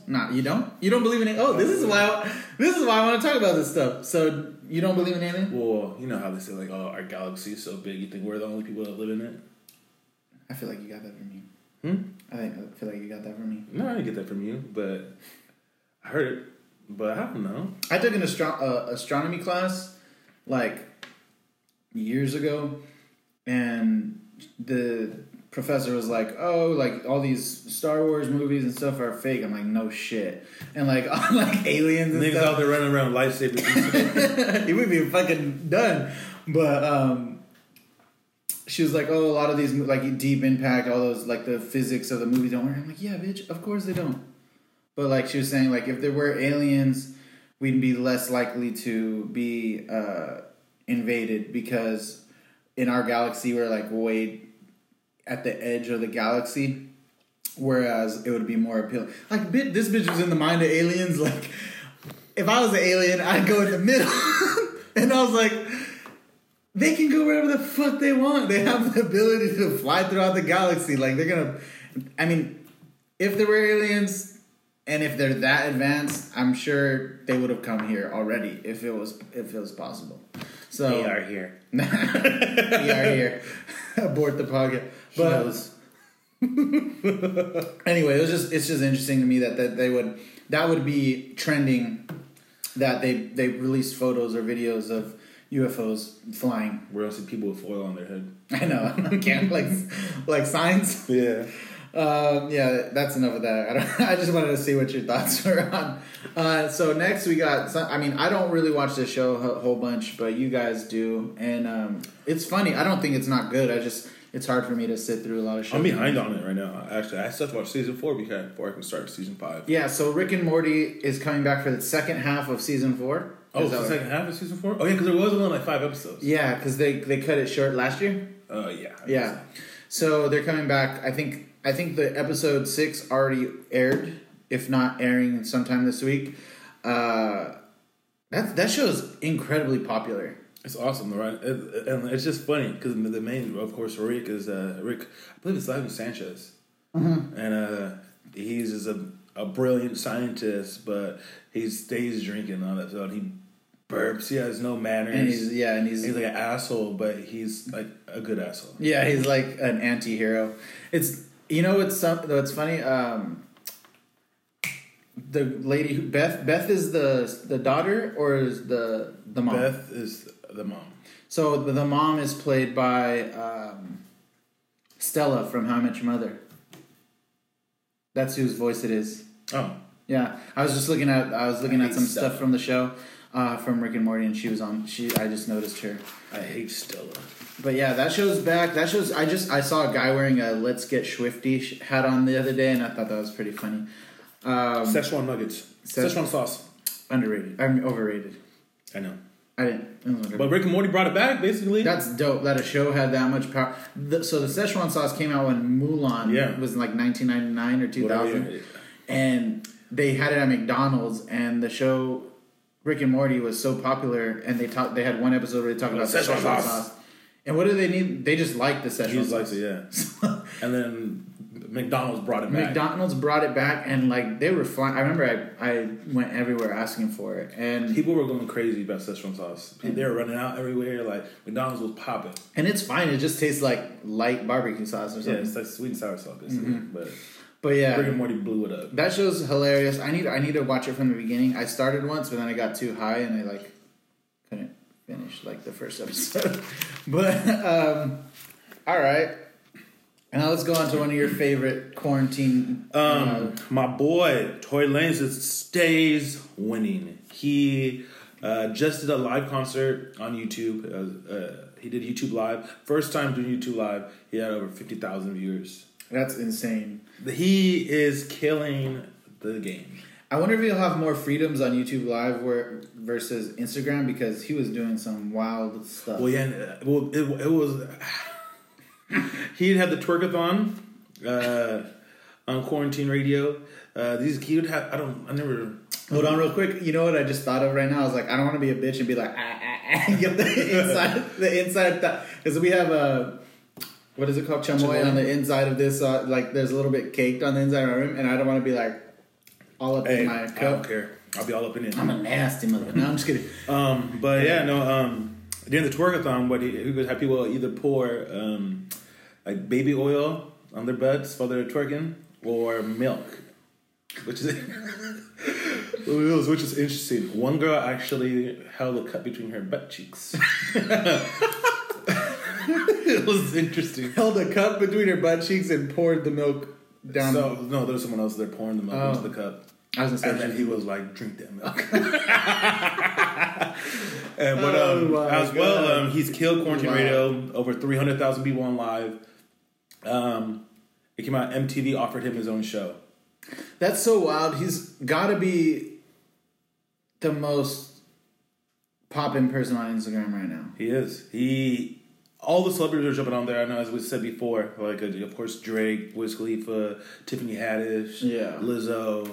[SPEAKER 1] No, nah, you don't. You don't believe in it. Oh, this is why. This is why I want to talk about this stuff. So you don't believe in alien?
[SPEAKER 2] Well, you know how they say like, oh, our galaxy is so big. You think we're the only people that live in it?
[SPEAKER 1] feel like you got that from me.
[SPEAKER 2] Hmm?
[SPEAKER 1] I think I feel like you got that from me.
[SPEAKER 2] No, I didn't get that from you, but I heard it. But I don't know.
[SPEAKER 1] I took an astro- uh, astronomy class like years ago, and the professor was like, "Oh, like all these Star Wars movies and stuff are fake." I'm like, "No shit," and like all like aliens and
[SPEAKER 2] Niggas
[SPEAKER 1] stuff.
[SPEAKER 2] out there running around with lifesavers.
[SPEAKER 1] he would be fucking done. But um, she was like, "Oh, a lot of these mo- like Deep Impact, all those like the physics of the movie don't work." I'm like, "Yeah, bitch, of course they don't." But like she was saying, like if there were aliens, we'd be less likely to be uh, invaded because in our galaxy we're like way at the edge of the galaxy. Whereas it would be more appealing. Like, bit this bitch was in the mind of aliens. Like, if I was an alien, I'd go in the middle. and I was like, they can go wherever the fuck they want. They have the ability to fly throughout the galaxy. Like, they're gonna. I mean, if there were aliens and if they're that advanced, I'm sure they would have come here already if it was if it was possible. So
[SPEAKER 2] they are here.
[SPEAKER 1] we are here. Abort the pocket.
[SPEAKER 2] He
[SPEAKER 1] But
[SPEAKER 2] knows.
[SPEAKER 1] anyway, it was just it's just interesting to me that, that they would that would be trending that they they released photos or videos of UFOs flying.
[SPEAKER 2] We're gonna see people with foil on their head.
[SPEAKER 1] I know, can't like like signs.
[SPEAKER 2] Yeah.
[SPEAKER 1] Um, yeah, that's enough of that. I, don't, I just wanted to see what your thoughts were on. Uh, so next we got. Some, I mean, I don't really watch this show a whole bunch, but you guys do, and um, it's funny. I don't think it's not good. I just it's hard for me to sit through a lot of shows.
[SPEAKER 2] I'm behind on it right now. Actually, I still have to watch season four because before I can start season five.
[SPEAKER 1] Yeah, so Rick and Morty is coming back for the second half of season four.
[SPEAKER 2] Oh,
[SPEAKER 1] Is
[SPEAKER 2] it's
[SPEAKER 1] that
[SPEAKER 2] the
[SPEAKER 1] right?
[SPEAKER 2] second half of season four. Oh yeah, because there was only like five episodes.
[SPEAKER 1] yeah, because they they cut it short last year.
[SPEAKER 2] Uh, yeah.
[SPEAKER 1] Yeah, so they're coming back. I think I think the episode six already aired, if not airing sometime this week. Uh, that that show is incredibly popular.
[SPEAKER 2] It's awesome, right? It, and it's just funny because the main, of course, Rick is uh, Rick. I believe it's Ivan Sanchez,
[SPEAKER 1] Mm-hmm.
[SPEAKER 2] and uh, he's just a, a brilliant scientist, but he stays drinking on that. So he burps. He has no manners.
[SPEAKER 1] And
[SPEAKER 2] he's,
[SPEAKER 1] he's yeah, and he's
[SPEAKER 2] like an asshole, but he's like a good asshole.
[SPEAKER 1] Yeah, he's like an anti-hero. It's you know what's some what's funny. Um, the lady who Beth Beth is the the daughter or is the the mom?
[SPEAKER 2] Beth is the mom.
[SPEAKER 1] So the, the mom is played by um, Stella from How Much Mother. That's whose voice it is.
[SPEAKER 2] Oh,
[SPEAKER 1] Yeah, I was just looking at I was looking
[SPEAKER 2] I
[SPEAKER 1] at
[SPEAKER 2] hate
[SPEAKER 1] some
[SPEAKER 2] Stella.
[SPEAKER 1] stuff from the show, uh, from Rick and Morty, and she was on. She I just noticed her.
[SPEAKER 2] I hate Stella.
[SPEAKER 1] But yeah, that show's back. That show's. I just I saw a guy wearing a "Let's Get Swifty" sh- hat on the other day, and I thought that was pretty funny. Um,
[SPEAKER 2] Szechuan nuggets.
[SPEAKER 1] Szechuan-
[SPEAKER 2] Szechuan sauce.
[SPEAKER 1] underrated. I'm overrated.
[SPEAKER 2] I know,
[SPEAKER 1] I didn't. it was whatever.
[SPEAKER 2] but Rick and Morty brought it back basically.
[SPEAKER 1] That's dope that a show had that much power. The, so the Szechuan sauce came out when Mulan
[SPEAKER 2] Yeah.
[SPEAKER 1] was in like 1999 or 2000,
[SPEAKER 2] Whatever.
[SPEAKER 1] and they had it at McDonald's, and the show Rick and Morty was so popular, and they talked. They had one episode where they talked about
[SPEAKER 2] Szechuan
[SPEAKER 1] Szechuan sauce.
[SPEAKER 2] sauce.
[SPEAKER 1] And what do they need? They just like the Szechuan
[SPEAKER 2] He just
[SPEAKER 1] sauce.
[SPEAKER 2] likes it, yeah. And then McDonald's brought it back.
[SPEAKER 1] McDonald's brought it back and like they were flying. I remember I, I went everywhere asking for it and
[SPEAKER 2] People were going crazy about Szechuan sauce. They were running out everywhere. Like McDonald's was popping.
[SPEAKER 1] and it's fine. It just tastes like light barbecue sauce or
[SPEAKER 2] Yeah,
[SPEAKER 1] something.
[SPEAKER 2] it's like sweet and sour sauce, basically. But
[SPEAKER 1] But yeah,
[SPEAKER 2] Rick and Morty blew it up.
[SPEAKER 1] that show's hilarious. I need I need to watch it from the beginning. I started once, but then I got too high and I like couldn't finish like the first episode. but um, all right, and now let's go on to one of your favorite quarantine. oh,
[SPEAKER 2] Um, my boy Toy Lanez just stays winning. He uh, just did a live concert on YouTube. Uh, uh, he did YouTube live. First time doing YouTube live. He had over fifty thousand viewers.
[SPEAKER 1] That's insane.
[SPEAKER 2] He is killing the game.
[SPEAKER 1] I wonder if he'll have more freedoms on YouTube Live where, versus Instagram because he was doing some wild stuff.
[SPEAKER 2] Well, yeah, and, uh, well, it, it was. he had the twerkathon uh, on quarantine radio. Uh, these he would have. I don't. I never.
[SPEAKER 1] Hold on, real quick. You know what I just thought of right now? I was like, I don't want to be a bitch and be like, ah, ah, ah. get the inside, the inside, because we have a. What is it called? Chamoy
[SPEAKER 2] Chamoy.
[SPEAKER 1] on the inside of this, uh, like there's a little bit caked on the inside of my room, and I don't want to be like all up
[SPEAKER 2] Hey,
[SPEAKER 1] in my
[SPEAKER 2] I don't
[SPEAKER 1] cup.
[SPEAKER 2] care. I'll be all up in it.
[SPEAKER 1] I'm a nasty mother. No, I'm just kidding.
[SPEAKER 2] Um, but yeah, no. Um, during the twerkathon, what he, he would have people either pour um, like baby oil on their butts while they're twerking, or milk, which is which is interesting. One girl actually held a cup between her butt cheeks. it was interesting.
[SPEAKER 1] Held a cup between her butt cheeks and poured the milk down.
[SPEAKER 2] So no, there's someone else. They're pouring the milk
[SPEAKER 1] Oh.
[SPEAKER 2] into the cup.
[SPEAKER 1] I was gonna
[SPEAKER 2] And
[SPEAKER 1] say,
[SPEAKER 2] then he was like, "Drink that milk." and but
[SPEAKER 1] Oh
[SPEAKER 2] um,
[SPEAKER 1] my
[SPEAKER 2] as well,
[SPEAKER 1] God.
[SPEAKER 2] um, he's killed Quarantine
[SPEAKER 1] Wow.
[SPEAKER 2] Radio over three hundred thousand people on live. Um, it came out. MTV offered him his own show.
[SPEAKER 1] that's so wild. He's got to be the most poppin' person on Instagram right now.
[SPEAKER 2] He is. He. All the celebrities are jumping on there. I know, as we said before, like uh, of course Drake, Wiz Khalifa, Tiffany Haddish,
[SPEAKER 1] Yeah.
[SPEAKER 2] Lizzo.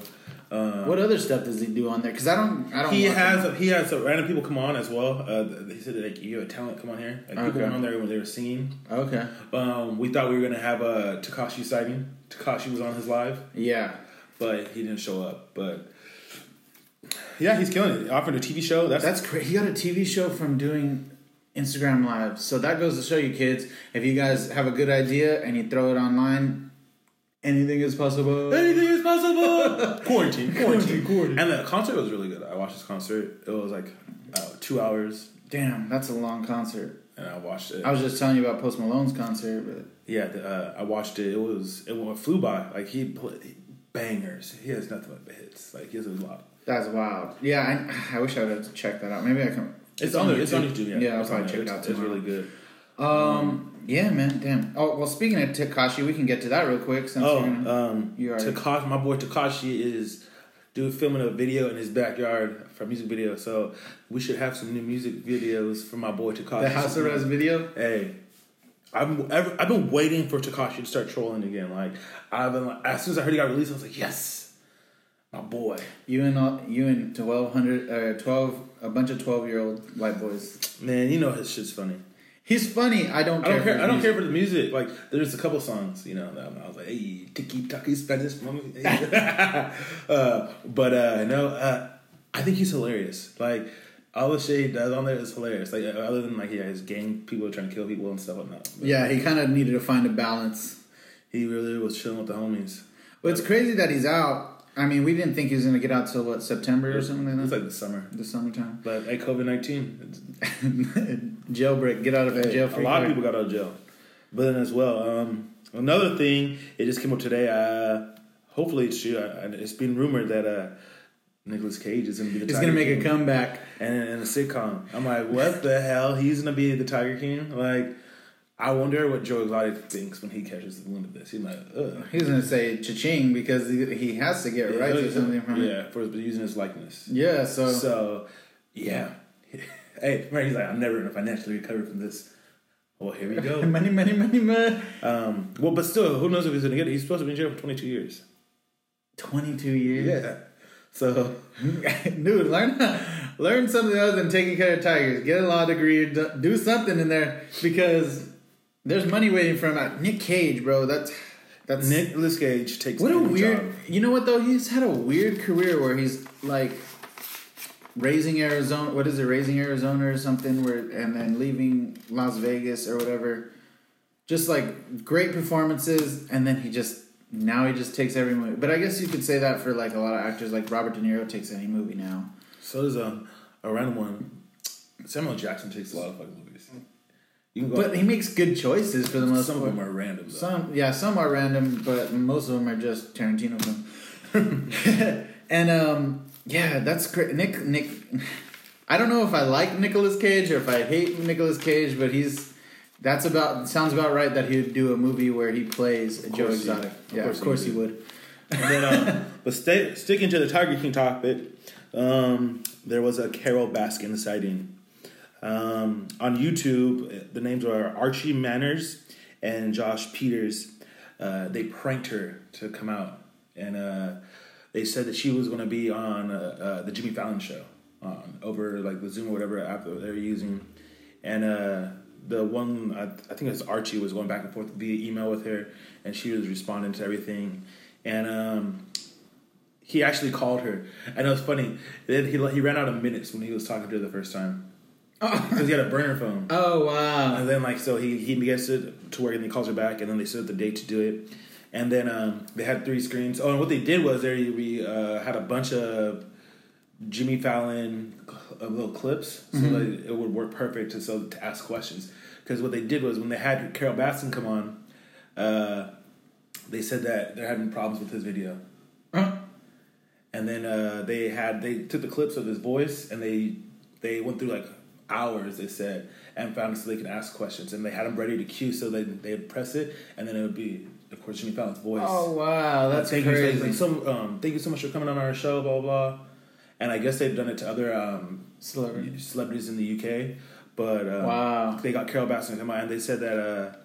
[SPEAKER 1] What other stuff does he do on there? Because I don't, I don't.
[SPEAKER 2] He
[SPEAKER 1] watch him.
[SPEAKER 2] has he has some random people come on as well. Uh, he said like you have a talent, come on here. Like people
[SPEAKER 1] Okay.
[SPEAKER 2] went on there when they were singing.
[SPEAKER 1] Okay.
[SPEAKER 2] Um, we thought we were gonna have a Takashi sighting. Takashi was on his live,
[SPEAKER 1] Yeah.
[SPEAKER 2] but he didn't show up. But yeah, he's killing it. Offering a TV show. That's,
[SPEAKER 1] That's great. He got a TV show from doing Instagram Live. So that goes to show you kids, if you guys have a good idea and you throw it online, anything is possible.
[SPEAKER 2] anything is possible. quarantine, quarantine,
[SPEAKER 1] quarantine.
[SPEAKER 2] And the concert was really good. I watched his concert. It was like uh, two hours,
[SPEAKER 1] Damn, that's a long concert.
[SPEAKER 2] and I watched it.
[SPEAKER 1] I was just telling you about Post Malone's concert, but
[SPEAKER 2] yeah, the, uh, I watched it. It was it wa- flew by. Like he played bangers. He has nothing but hits. Like he has a lot.
[SPEAKER 1] that's wild. Yeah, I, I wish I would have checked that out. Maybe I can.
[SPEAKER 2] It's, on, there. It's on YouTube. Yeah,
[SPEAKER 1] Yeah, I'll
[SPEAKER 2] It's on
[SPEAKER 1] probably
[SPEAKER 2] there.
[SPEAKER 1] check it out
[SPEAKER 2] It's, it's
[SPEAKER 1] tomorrow.
[SPEAKER 2] really good.
[SPEAKER 1] Um, yeah, man, damn. Oh, well, speaking of Takashi, we can get to that real quick since
[SPEAKER 2] Oh,
[SPEAKER 1] you're gonna,
[SPEAKER 2] um,
[SPEAKER 1] you already-
[SPEAKER 2] Takashi, my boy Takashi is dude filming a video in his backyard for a music video. So we should have some new music videos for my boy Takashi.
[SPEAKER 1] the House Arrest video.
[SPEAKER 2] Hey, I'm ever, I've been waiting for Takashi to start trolling again. Like I've been like, as soon as I heard he got released, I was like, yes, my boy.
[SPEAKER 1] You and all, you and twelve hundred, uh, twelve, a bunch of twelve year old white boys.
[SPEAKER 2] Man, you know his shit's funny.
[SPEAKER 1] He's funny. I don't
[SPEAKER 2] I
[SPEAKER 1] care.
[SPEAKER 2] don't
[SPEAKER 1] for
[SPEAKER 2] care.
[SPEAKER 1] his
[SPEAKER 2] I don't
[SPEAKER 1] music.
[SPEAKER 2] care for the music. Like there's a couple songs, you know. That I was like, hey, tiki taki Spanish mommy. uh, but uh, no, uh, I think he's hilarious. Like all the shit he does on there is hilarious. Like uh, other than like yeah, his gang people are trying to kill people and stuff like that. But
[SPEAKER 1] Yeah, he kind of needed to find a balance.
[SPEAKER 2] he really was chilling with the homies.
[SPEAKER 1] But it's crazy that he's out. I mean, we didn't think he was going to get out till what September or something like that.
[SPEAKER 2] It's like the summer.
[SPEAKER 1] the summertime.
[SPEAKER 2] But hey, COVID nineteen,
[SPEAKER 1] Jailbreak, get out of jail.
[SPEAKER 2] a
[SPEAKER 1] free
[SPEAKER 2] lot of
[SPEAKER 1] card.
[SPEAKER 2] people got out of jail. But then as well, um, another thing, it just came up today. Uh, hopefully, it's true. I, I- it's been rumored that uh, Nicolas Cage is going to be the
[SPEAKER 1] He's
[SPEAKER 2] Tiger
[SPEAKER 1] going to make a
[SPEAKER 2] King.
[SPEAKER 1] comeback.
[SPEAKER 2] and in a sitcom. I'm like, what the hell? He's gonna be the Tiger King? Like, I wonder what Joe Exotic thinks when he catches the wind of this. He's like, ugh.
[SPEAKER 1] He's going to say cha-ching because he, he has to get rights or something from it.
[SPEAKER 2] yeah, for using his likeness.
[SPEAKER 1] Yeah, so,
[SPEAKER 2] So, yeah. hey, right? He's like, I'm never gonna financially recover from this. Well, here we go.
[SPEAKER 1] money, money, money, money.
[SPEAKER 2] um, well, but still, who knows if he's gonna get it? He's supposed to be in jail for 22 years.
[SPEAKER 1] 22 years.
[SPEAKER 2] Yeah. So,
[SPEAKER 1] Dude, learn learn something other than taking care of tigers. Get a law degree. do- Do something in there because there's money waiting for him. out. Nick Cage, bro. That's that's
[SPEAKER 2] Nicholas Cage takes
[SPEAKER 1] What a
[SPEAKER 2] any
[SPEAKER 1] weird.
[SPEAKER 2] job.
[SPEAKER 1] You know what though? He's had a weird career where he's like raising Arizona. What is it? Raising Arizona or something? Where and then leaving Las Vegas or whatever. Just like great performances, and then he just now he just takes every movie. But I guess you could say that for like a lot of actors. Like Robert De Niro takes any movie now.
[SPEAKER 2] So does um, a random one. Samuel Jackson takes a lot of fucking movies. You can go.
[SPEAKER 1] But he makes good choices for the most
[SPEAKER 2] some of
[SPEAKER 1] part.
[SPEAKER 2] them are random. Though.
[SPEAKER 1] Some yeah, some are random, but most of them are just Tarantino films. and um, yeah, that's great. Nick Nick, I don't know if I like Nicolas Cage or if I hate Nicolas Cage, but he's that's about sounds about right that he'd do a movie where he plays Joe
[SPEAKER 2] course he-
[SPEAKER 1] Exotic.
[SPEAKER 2] of
[SPEAKER 1] yeah,
[SPEAKER 2] course
[SPEAKER 1] of
[SPEAKER 2] he
[SPEAKER 1] course he
[SPEAKER 2] would.
[SPEAKER 1] would.
[SPEAKER 2] And then, um, but stay, sticking to the Tiger King topic, um, there was a Carol Baskin sighting um, on YouTube. The names are Archie Manners and Josh Peters. Uh, they pranked her to come out, and uh, they said that she was going to be on uh, uh, the Jimmy Fallon show on over like the Zoom or whatever app that they're using, and. Uh, the one I, I think it was Archie was going back and forth via email with her, and she was responding to everything. And um, he actually called her, and it was funny. Then he he ran out of minutes when he was talking to her the first time. because he had a burner phone.
[SPEAKER 1] Oh wow.
[SPEAKER 2] And then like so he he gets it to work and he calls her back and then they set up the date to do it. And then um, they had three screens. Oh, and what they did was they we uh, had a bunch of Jimmy Fallon cl- uh, little clips, so that it would work perfect to so to ask questions. Because what they did was when they had Carol Baskin come on, uh, they said that they're having problems with his video.
[SPEAKER 1] Huh?
[SPEAKER 2] and then uh, they had they took the clips of his voice and they they went through like hours they said and found so they can ask questions and they had them ready to cue so they they'd press it and then it would be of course Jimmy Fallon's voice. Uh,
[SPEAKER 1] Oh wow, that's
[SPEAKER 2] thank you,
[SPEAKER 1] crazy.
[SPEAKER 2] thank you so, um, thank you so much for coming on our show, blah blah. blah. And I guess they've done it to other um,
[SPEAKER 1] Celebrity.
[SPEAKER 2] celebrities in the UK, but um,
[SPEAKER 1] Wow.
[SPEAKER 2] they got Carol Baskin to come on and they said that uh,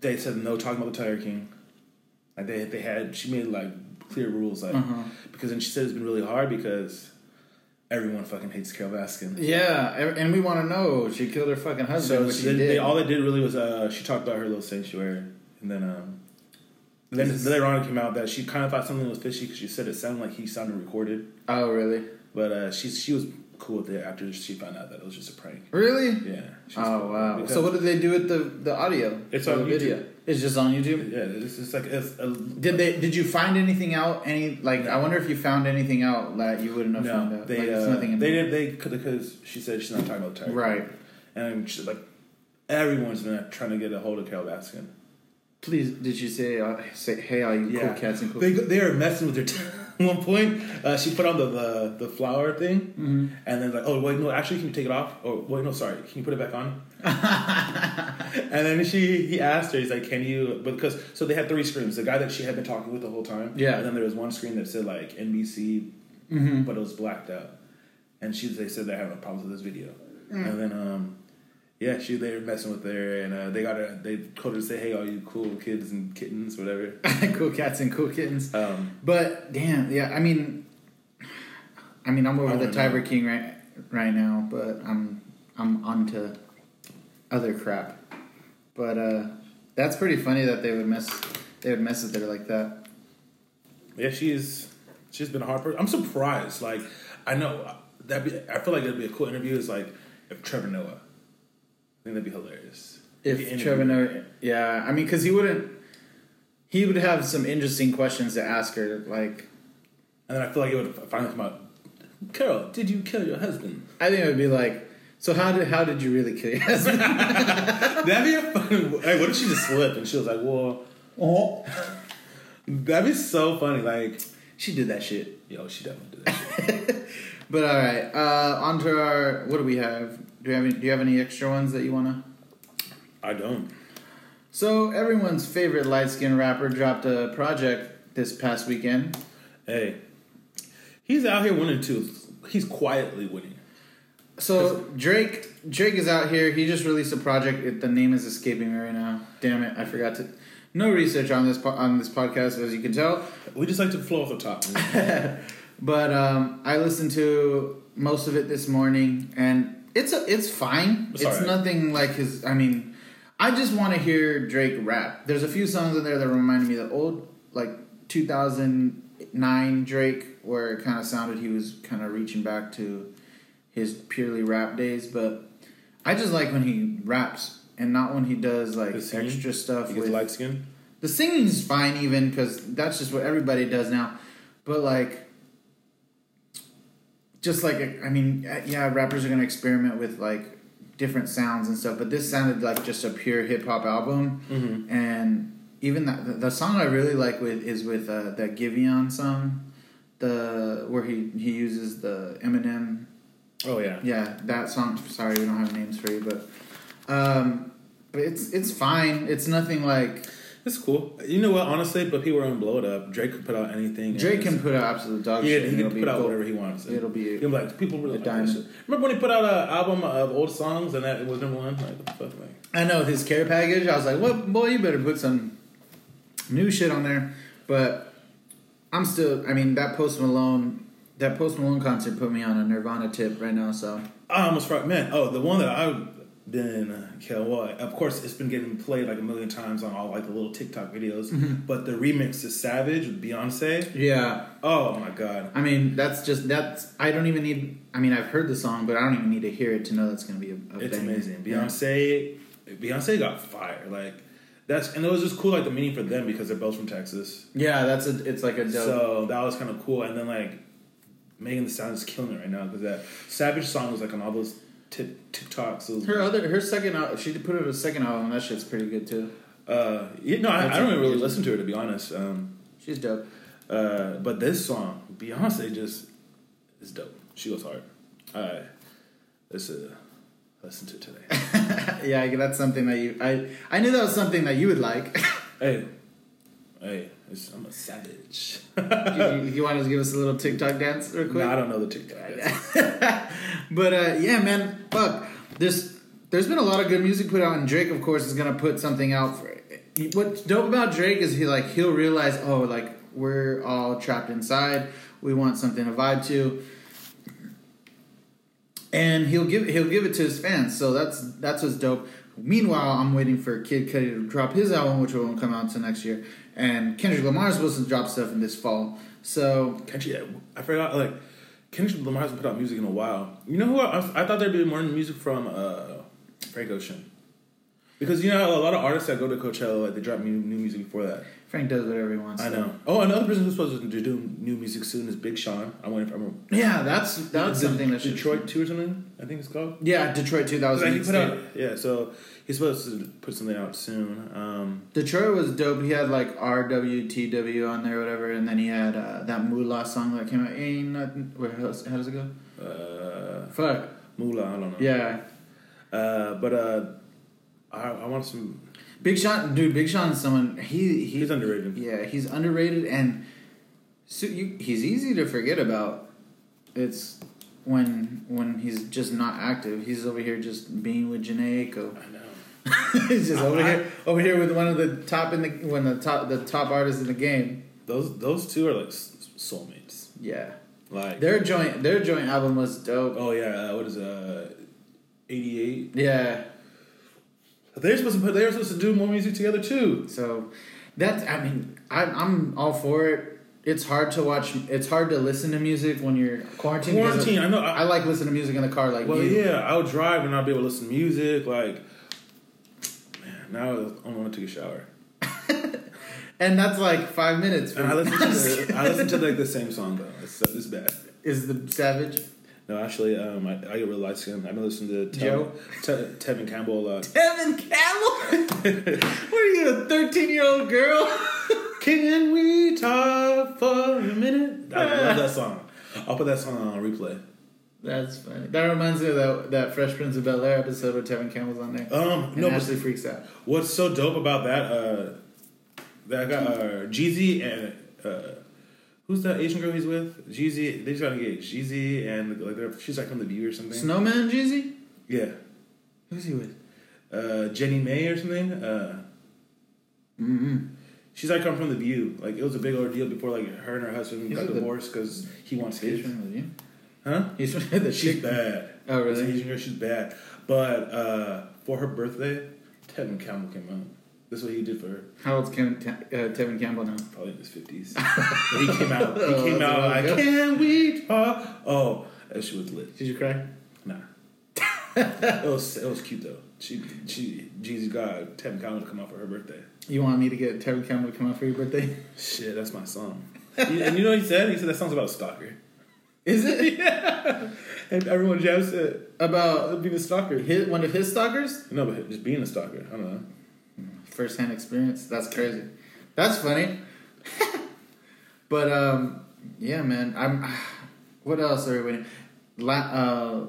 [SPEAKER 2] they said no talking about the Tiger King. Like they they had she made like clear rules like
[SPEAKER 1] Mm-hmm.
[SPEAKER 2] because then she said it's been really hard because everyone fucking hates Carol Baskin.
[SPEAKER 1] Yeah, and and we want to know she killed her fucking husband,
[SPEAKER 2] So
[SPEAKER 1] which
[SPEAKER 2] she-
[SPEAKER 1] she
[SPEAKER 2] they,
[SPEAKER 1] did.
[SPEAKER 2] they- all they did really was uh, she talked about her little sanctuary and then um, then later on it came out that she kind of thought something was fishy because she said it sounded like he sounded recorded,
[SPEAKER 1] oh really?
[SPEAKER 2] but uh, she she was cool with it after she found out that it was just a prank.
[SPEAKER 1] Really?
[SPEAKER 2] Yeah. she was cool
[SPEAKER 1] Oh
[SPEAKER 2] with it
[SPEAKER 1] wow.
[SPEAKER 2] because-
[SPEAKER 1] So what did they do with the the audio?
[SPEAKER 2] It's
[SPEAKER 1] or
[SPEAKER 2] on
[SPEAKER 1] the video. It's just on YouTube.
[SPEAKER 2] Yeah, it's just like it's a,
[SPEAKER 1] Did they? Did you find anything out? Any like? I wonder if you found anything out that you wouldn't have found
[SPEAKER 2] no.
[SPEAKER 1] out.
[SPEAKER 2] They
[SPEAKER 1] like, it's
[SPEAKER 2] uh,
[SPEAKER 1] nothing. in-
[SPEAKER 2] they didn't they could because she said she's not talking about Tiger.
[SPEAKER 1] Right.
[SPEAKER 2] And she's like everyone's been trying to get a hold of Carol Baskin.
[SPEAKER 1] Please, did you say uh, say hey, all you cool cats and cool?
[SPEAKER 2] They they are messing with her. T- at one point, uh, she put on the the, the flower thing, and then like, oh wait, no, actually, can you take it off? Or wait, no, sorry, can you put it back on? and then she he asked her, he's like, can you? Because so they had three screens. The guy that she had been talking with the whole time,
[SPEAKER 1] Yeah.
[SPEAKER 2] And then there was one screen that said like NBC, but it was blacked out. And she they said they're having problems with this video, and then um. Yeah, she they were messing with her, and uh, they got her. They told her to say, "Hey, all you cool kids and kittens, whatever."
[SPEAKER 1] cool cats and cool kittens.
[SPEAKER 2] Um,
[SPEAKER 1] But damn, yeah. I mean, I mean, I'm over
[SPEAKER 2] I
[SPEAKER 1] the
[SPEAKER 2] don't
[SPEAKER 1] Tiber King right right now, but I'm I'm onto other crap. But uh, that's pretty funny that they would mess they would mess with her like that.
[SPEAKER 2] Yeah, she's she's been a hard person. I'm surprised. Like, I know that be. I feel like it'd be a cool interview. Is like if Trevor Noah. I think that'd be hilarious.
[SPEAKER 1] If
[SPEAKER 2] Interview.
[SPEAKER 1] Trevor Noah, yeah, I mean, because he wouldn't. He would have some interesting questions to ask her, like
[SPEAKER 2] and then I feel like it would finally come out. Carol, did you kill your husband?
[SPEAKER 1] I think it would be like, so how did how did you really kill your husband?
[SPEAKER 2] That'd be a funny. Hey, what if she just slipped and she was like, "Well,
[SPEAKER 1] oh,
[SPEAKER 2] that'd be so funny." Like,
[SPEAKER 1] she did that shit.
[SPEAKER 2] yo, she definitely did that. shit.
[SPEAKER 1] But all right, uh, on to our. What do we have? Do we have any, Do you have any extra ones that you wanna?
[SPEAKER 2] I don't.
[SPEAKER 1] So everyone's favorite light skinned rapper dropped a project this past weekend.
[SPEAKER 2] Hey, he's out here winning too. He's quietly winning.
[SPEAKER 1] So Drake Drake is out here. He just released a project. It, the name is escaping me right now. Damn it, I forgot to. No research on this po- on this podcast, as you can tell.
[SPEAKER 2] We just like to flow off the top.
[SPEAKER 1] But um, I listened to most of it this morning, and it's a, it's fine.
[SPEAKER 2] It's
[SPEAKER 1] It's,
[SPEAKER 2] alright.
[SPEAKER 1] nothing like his. I mean, I just want to hear Drake rap. There's a few songs in there that remind me of the old, like 2009 Drake, where it kind of sounded he was kind of reaching back to his purely rap days. But I just like when he raps and not when he does like
[SPEAKER 2] The singing?
[SPEAKER 1] extra stuff.
[SPEAKER 2] He gets
[SPEAKER 1] with-
[SPEAKER 2] light skin.
[SPEAKER 1] the singing's fine, even because that's just what everybody does now. But like, just like I mean, yeah, rappers are gonna experiment with like different sounds and stuff. But this sounded like just a pure hip hop album, and even that the- the song I really like with is with uh, that Giveon song, the where he he uses the Eminem
[SPEAKER 2] Oh yeah.
[SPEAKER 1] yeah, that song. Sorry, we don't have names for you, but um, but it's it's fine. It's nothing like.
[SPEAKER 2] It's cool. You know what? Honestly, but people are gonna blow it up. Drake could put out anything. and
[SPEAKER 1] Drake can
[SPEAKER 2] it's-
[SPEAKER 1] put out absolute dog
[SPEAKER 2] he,
[SPEAKER 1] shit.
[SPEAKER 2] can-
[SPEAKER 1] and
[SPEAKER 2] he
[SPEAKER 1] it'll be
[SPEAKER 2] can put out
[SPEAKER 1] gold.
[SPEAKER 2] whatever he wants.
[SPEAKER 1] It'll be-
[SPEAKER 2] He'll like people really
[SPEAKER 1] a
[SPEAKER 2] like that
[SPEAKER 1] diamond.
[SPEAKER 2] shit. Remember when he put out an album of old songs and that it was number one? Like what the fuck, like
[SPEAKER 1] I know his care package. I was like, "What, boy? You better put some new shit on there." But I'm still. I mean, that Post Malone, that Post Malone concert put me on a Nirvana tip right now. So
[SPEAKER 2] I almost forgot. Man, oh, the one that I than Kelwa. Of course, it's been getting played like a million times on all like the little TikTok videos.
[SPEAKER 1] Mm-hmm.
[SPEAKER 2] But the remix to Savage with Beyonce.
[SPEAKER 1] Yeah.
[SPEAKER 2] Oh my god.
[SPEAKER 1] I mean, that's just that's. I don't even need. I mean, I've heard the song, but I don't even need to hear it to know that's going to be a. a
[SPEAKER 2] It's
[SPEAKER 1] banger.
[SPEAKER 2] amazing.
[SPEAKER 1] Yeah.
[SPEAKER 2] Beyonce Beyonce got fire. Like that's and it was just cool like the meaning for them because they're both from Texas.
[SPEAKER 1] Yeah, that's a. It's like a dope.
[SPEAKER 2] So that was kind of cool. And then like Megan the Sound is killing it right now because that Savage song was like on all those tip TikToks. Those,
[SPEAKER 1] her other, her second, al- she put out a second album. That shit's pretty good too.
[SPEAKER 2] uh, you know, I, I
[SPEAKER 1] That's
[SPEAKER 2] don't even really
[SPEAKER 1] amazing.
[SPEAKER 2] listen to her to be honest. Um,
[SPEAKER 1] She's dope.
[SPEAKER 2] uh, but this song Beyonce just is dope. She goes hard. I this is uh, listen to it today.
[SPEAKER 1] yeah, that's something that you. I I knew that was something that you would like.
[SPEAKER 2] hey, hey, it's, I'm a savage.
[SPEAKER 1] you, you want to give us a little TikTok dance real quick?
[SPEAKER 2] No, I don't know the TikTok. dance.
[SPEAKER 1] but uh, yeah, man, fuck. There's there's been a lot of good music put out, and Drake, of course, is gonna put something out. For what's dope about Drake is he like he'll realize, oh, like we're all trapped inside. We want something to vibe to, and he'll give he'll give it to his fans. So that's that's what's dope. Meanwhile, I'm waiting for Kid Cudi to drop his album, which won't come out until next year, and Kendrick Lamar's supposed to drop stuff in this fall. So
[SPEAKER 2] Kendrick, I forgot. Like Kendrick Lamar hasn't put out music in a while. You know who? I, I thought there'd be more music from uh, Frank Ocean. Because you know how a lot of artists that go to Coachella like they drop new, new music before that.
[SPEAKER 1] Frank does whatever he wants.
[SPEAKER 2] I
[SPEAKER 1] to.
[SPEAKER 2] know. Oh, another person who's supposed to do new music soon is Big Sean. I wonder if I'm
[SPEAKER 1] Yeah, that's that's something that should
[SPEAKER 2] Detroit Two or something. I think it's called.
[SPEAKER 1] Yeah, Detroit too. That was
[SPEAKER 2] Like, he
[SPEAKER 1] a
[SPEAKER 2] put
[SPEAKER 1] mixtape.
[SPEAKER 2] out- yeah, so he's supposed to put something out soon. Um,
[SPEAKER 1] Detroit was dope. He had like RWTW on there, or whatever, and then he had uh, that Moolah song that came out. Ain't nothing. Wait, how, does- how does it go?
[SPEAKER 2] uh,
[SPEAKER 1] Fuck.
[SPEAKER 2] Moolah, I don't know.
[SPEAKER 1] Yeah,
[SPEAKER 2] Uh, but uh, I, I want some.
[SPEAKER 1] Big Sean, dude. Big Sean is someone. He, he
[SPEAKER 2] He's underrated.
[SPEAKER 1] Yeah, he's underrated and so you, he's easy to forget about. It's when when he's just not active. He's over here just being with Janae Aiko.
[SPEAKER 2] I know.
[SPEAKER 1] He's just
[SPEAKER 2] I-
[SPEAKER 1] over
[SPEAKER 2] I-
[SPEAKER 1] here, over here with one of the top in the one of the top the top artists in the game.
[SPEAKER 2] Those those two are like s- soulmates.
[SPEAKER 1] Yeah,
[SPEAKER 2] Like
[SPEAKER 1] their joint their joint album was dope.
[SPEAKER 2] oh yeah, uh, what is uh eighty eight?
[SPEAKER 1] Yeah,
[SPEAKER 2] They're supposed to put they're supposed to do more music together too.
[SPEAKER 1] so that's I mean I, I'm all for it. It's hard to watch. It's hard to listen to music when you're quarantined. because of-
[SPEAKER 2] Quarantine, I know.
[SPEAKER 1] I
[SPEAKER 2] I,
[SPEAKER 1] like listening to music in the car, like
[SPEAKER 2] well,
[SPEAKER 1] you.
[SPEAKER 2] yeah, I'll drive and I'll be able to listen to music. Like man, now I want to take a shower
[SPEAKER 1] And that's like five minutes. For
[SPEAKER 2] and I
[SPEAKER 1] me.
[SPEAKER 2] listen to the, I listen to like the same song though. It's it's bad.
[SPEAKER 1] is the Savage
[SPEAKER 2] No, actually, um, I, I get really light skinned. I've been listening to Tev-
[SPEAKER 1] Joe?
[SPEAKER 2] Te- Tevin Campbell a lot.
[SPEAKER 1] Evan Campbell? what are you, a thirteen year old girl?
[SPEAKER 2] Can we talk for a minute? I love that song. I'll put that song on replay.
[SPEAKER 1] That's funny. That reminds me of that, that Fresh Prince of Bel Air episode where Tevin Campbell's on there.
[SPEAKER 2] Um,
[SPEAKER 1] and
[SPEAKER 2] no, but
[SPEAKER 1] Ashley freaks out.
[SPEAKER 2] What's so dope about that? Uh, that guy, uh, Jeezy and uh, who's that Asian girl he's with? Jeezy. They just got engaged. Jeezy and like they're, she's like from the View or something.
[SPEAKER 1] Snowman Jeezy?
[SPEAKER 2] yeah,
[SPEAKER 1] Who's he with?
[SPEAKER 2] uh, Jenny May or something. Uh,
[SPEAKER 1] Mm-hmm.
[SPEAKER 2] she's like come from the View. Like it was a big ordeal before like her and her husband
[SPEAKER 1] He's
[SPEAKER 2] got
[SPEAKER 1] with the-
[SPEAKER 2] divorced because he wants
[SPEAKER 1] He's
[SPEAKER 2] kids.
[SPEAKER 1] from with you.
[SPEAKER 2] Huh?
[SPEAKER 1] He's from the
[SPEAKER 2] She's
[SPEAKER 1] chick.
[SPEAKER 2] bad.
[SPEAKER 1] Oh
[SPEAKER 2] As an
[SPEAKER 1] really?
[SPEAKER 2] Asian girl, she's bad. But uh, for her birthday, Tevin Campbell came out. That's what he did for her.
[SPEAKER 1] How old's Kevin, Ta- uh, Tevin Campbell now?
[SPEAKER 2] probably Oh, in his fifties. he came out. He
[SPEAKER 1] Oh,
[SPEAKER 2] came
[SPEAKER 1] that's
[SPEAKER 2] out.
[SPEAKER 1] a while
[SPEAKER 2] Like,
[SPEAKER 1] ago.
[SPEAKER 2] can we talk? Oh, and she was lit.
[SPEAKER 1] Did you cry?
[SPEAKER 2] Nah. it was it was cute though. She she Jeezy God Tevin Collins to come out for her birthday.
[SPEAKER 1] You want me to get Tevin Campbell to come out for your birthday?
[SPEAKER 2] Shit, that's my song. You- and you know what he said? He said that song's about a stalker.
[SPEAKER 1] Is it
[SPEAKER 2] And everyone jabs it.
[SPEAKER 1] about
[SPEAKER 2] About being a stalker.
[SPEAKER 1] his, one of his stalkers?
[SPEAKER 2] No, but just being a stalker. I don't know.
[SPEAKER 1] First hand experience. That's crazy. That's funny. but um, yeah, man. I'm. What else are we waiting? La, uh,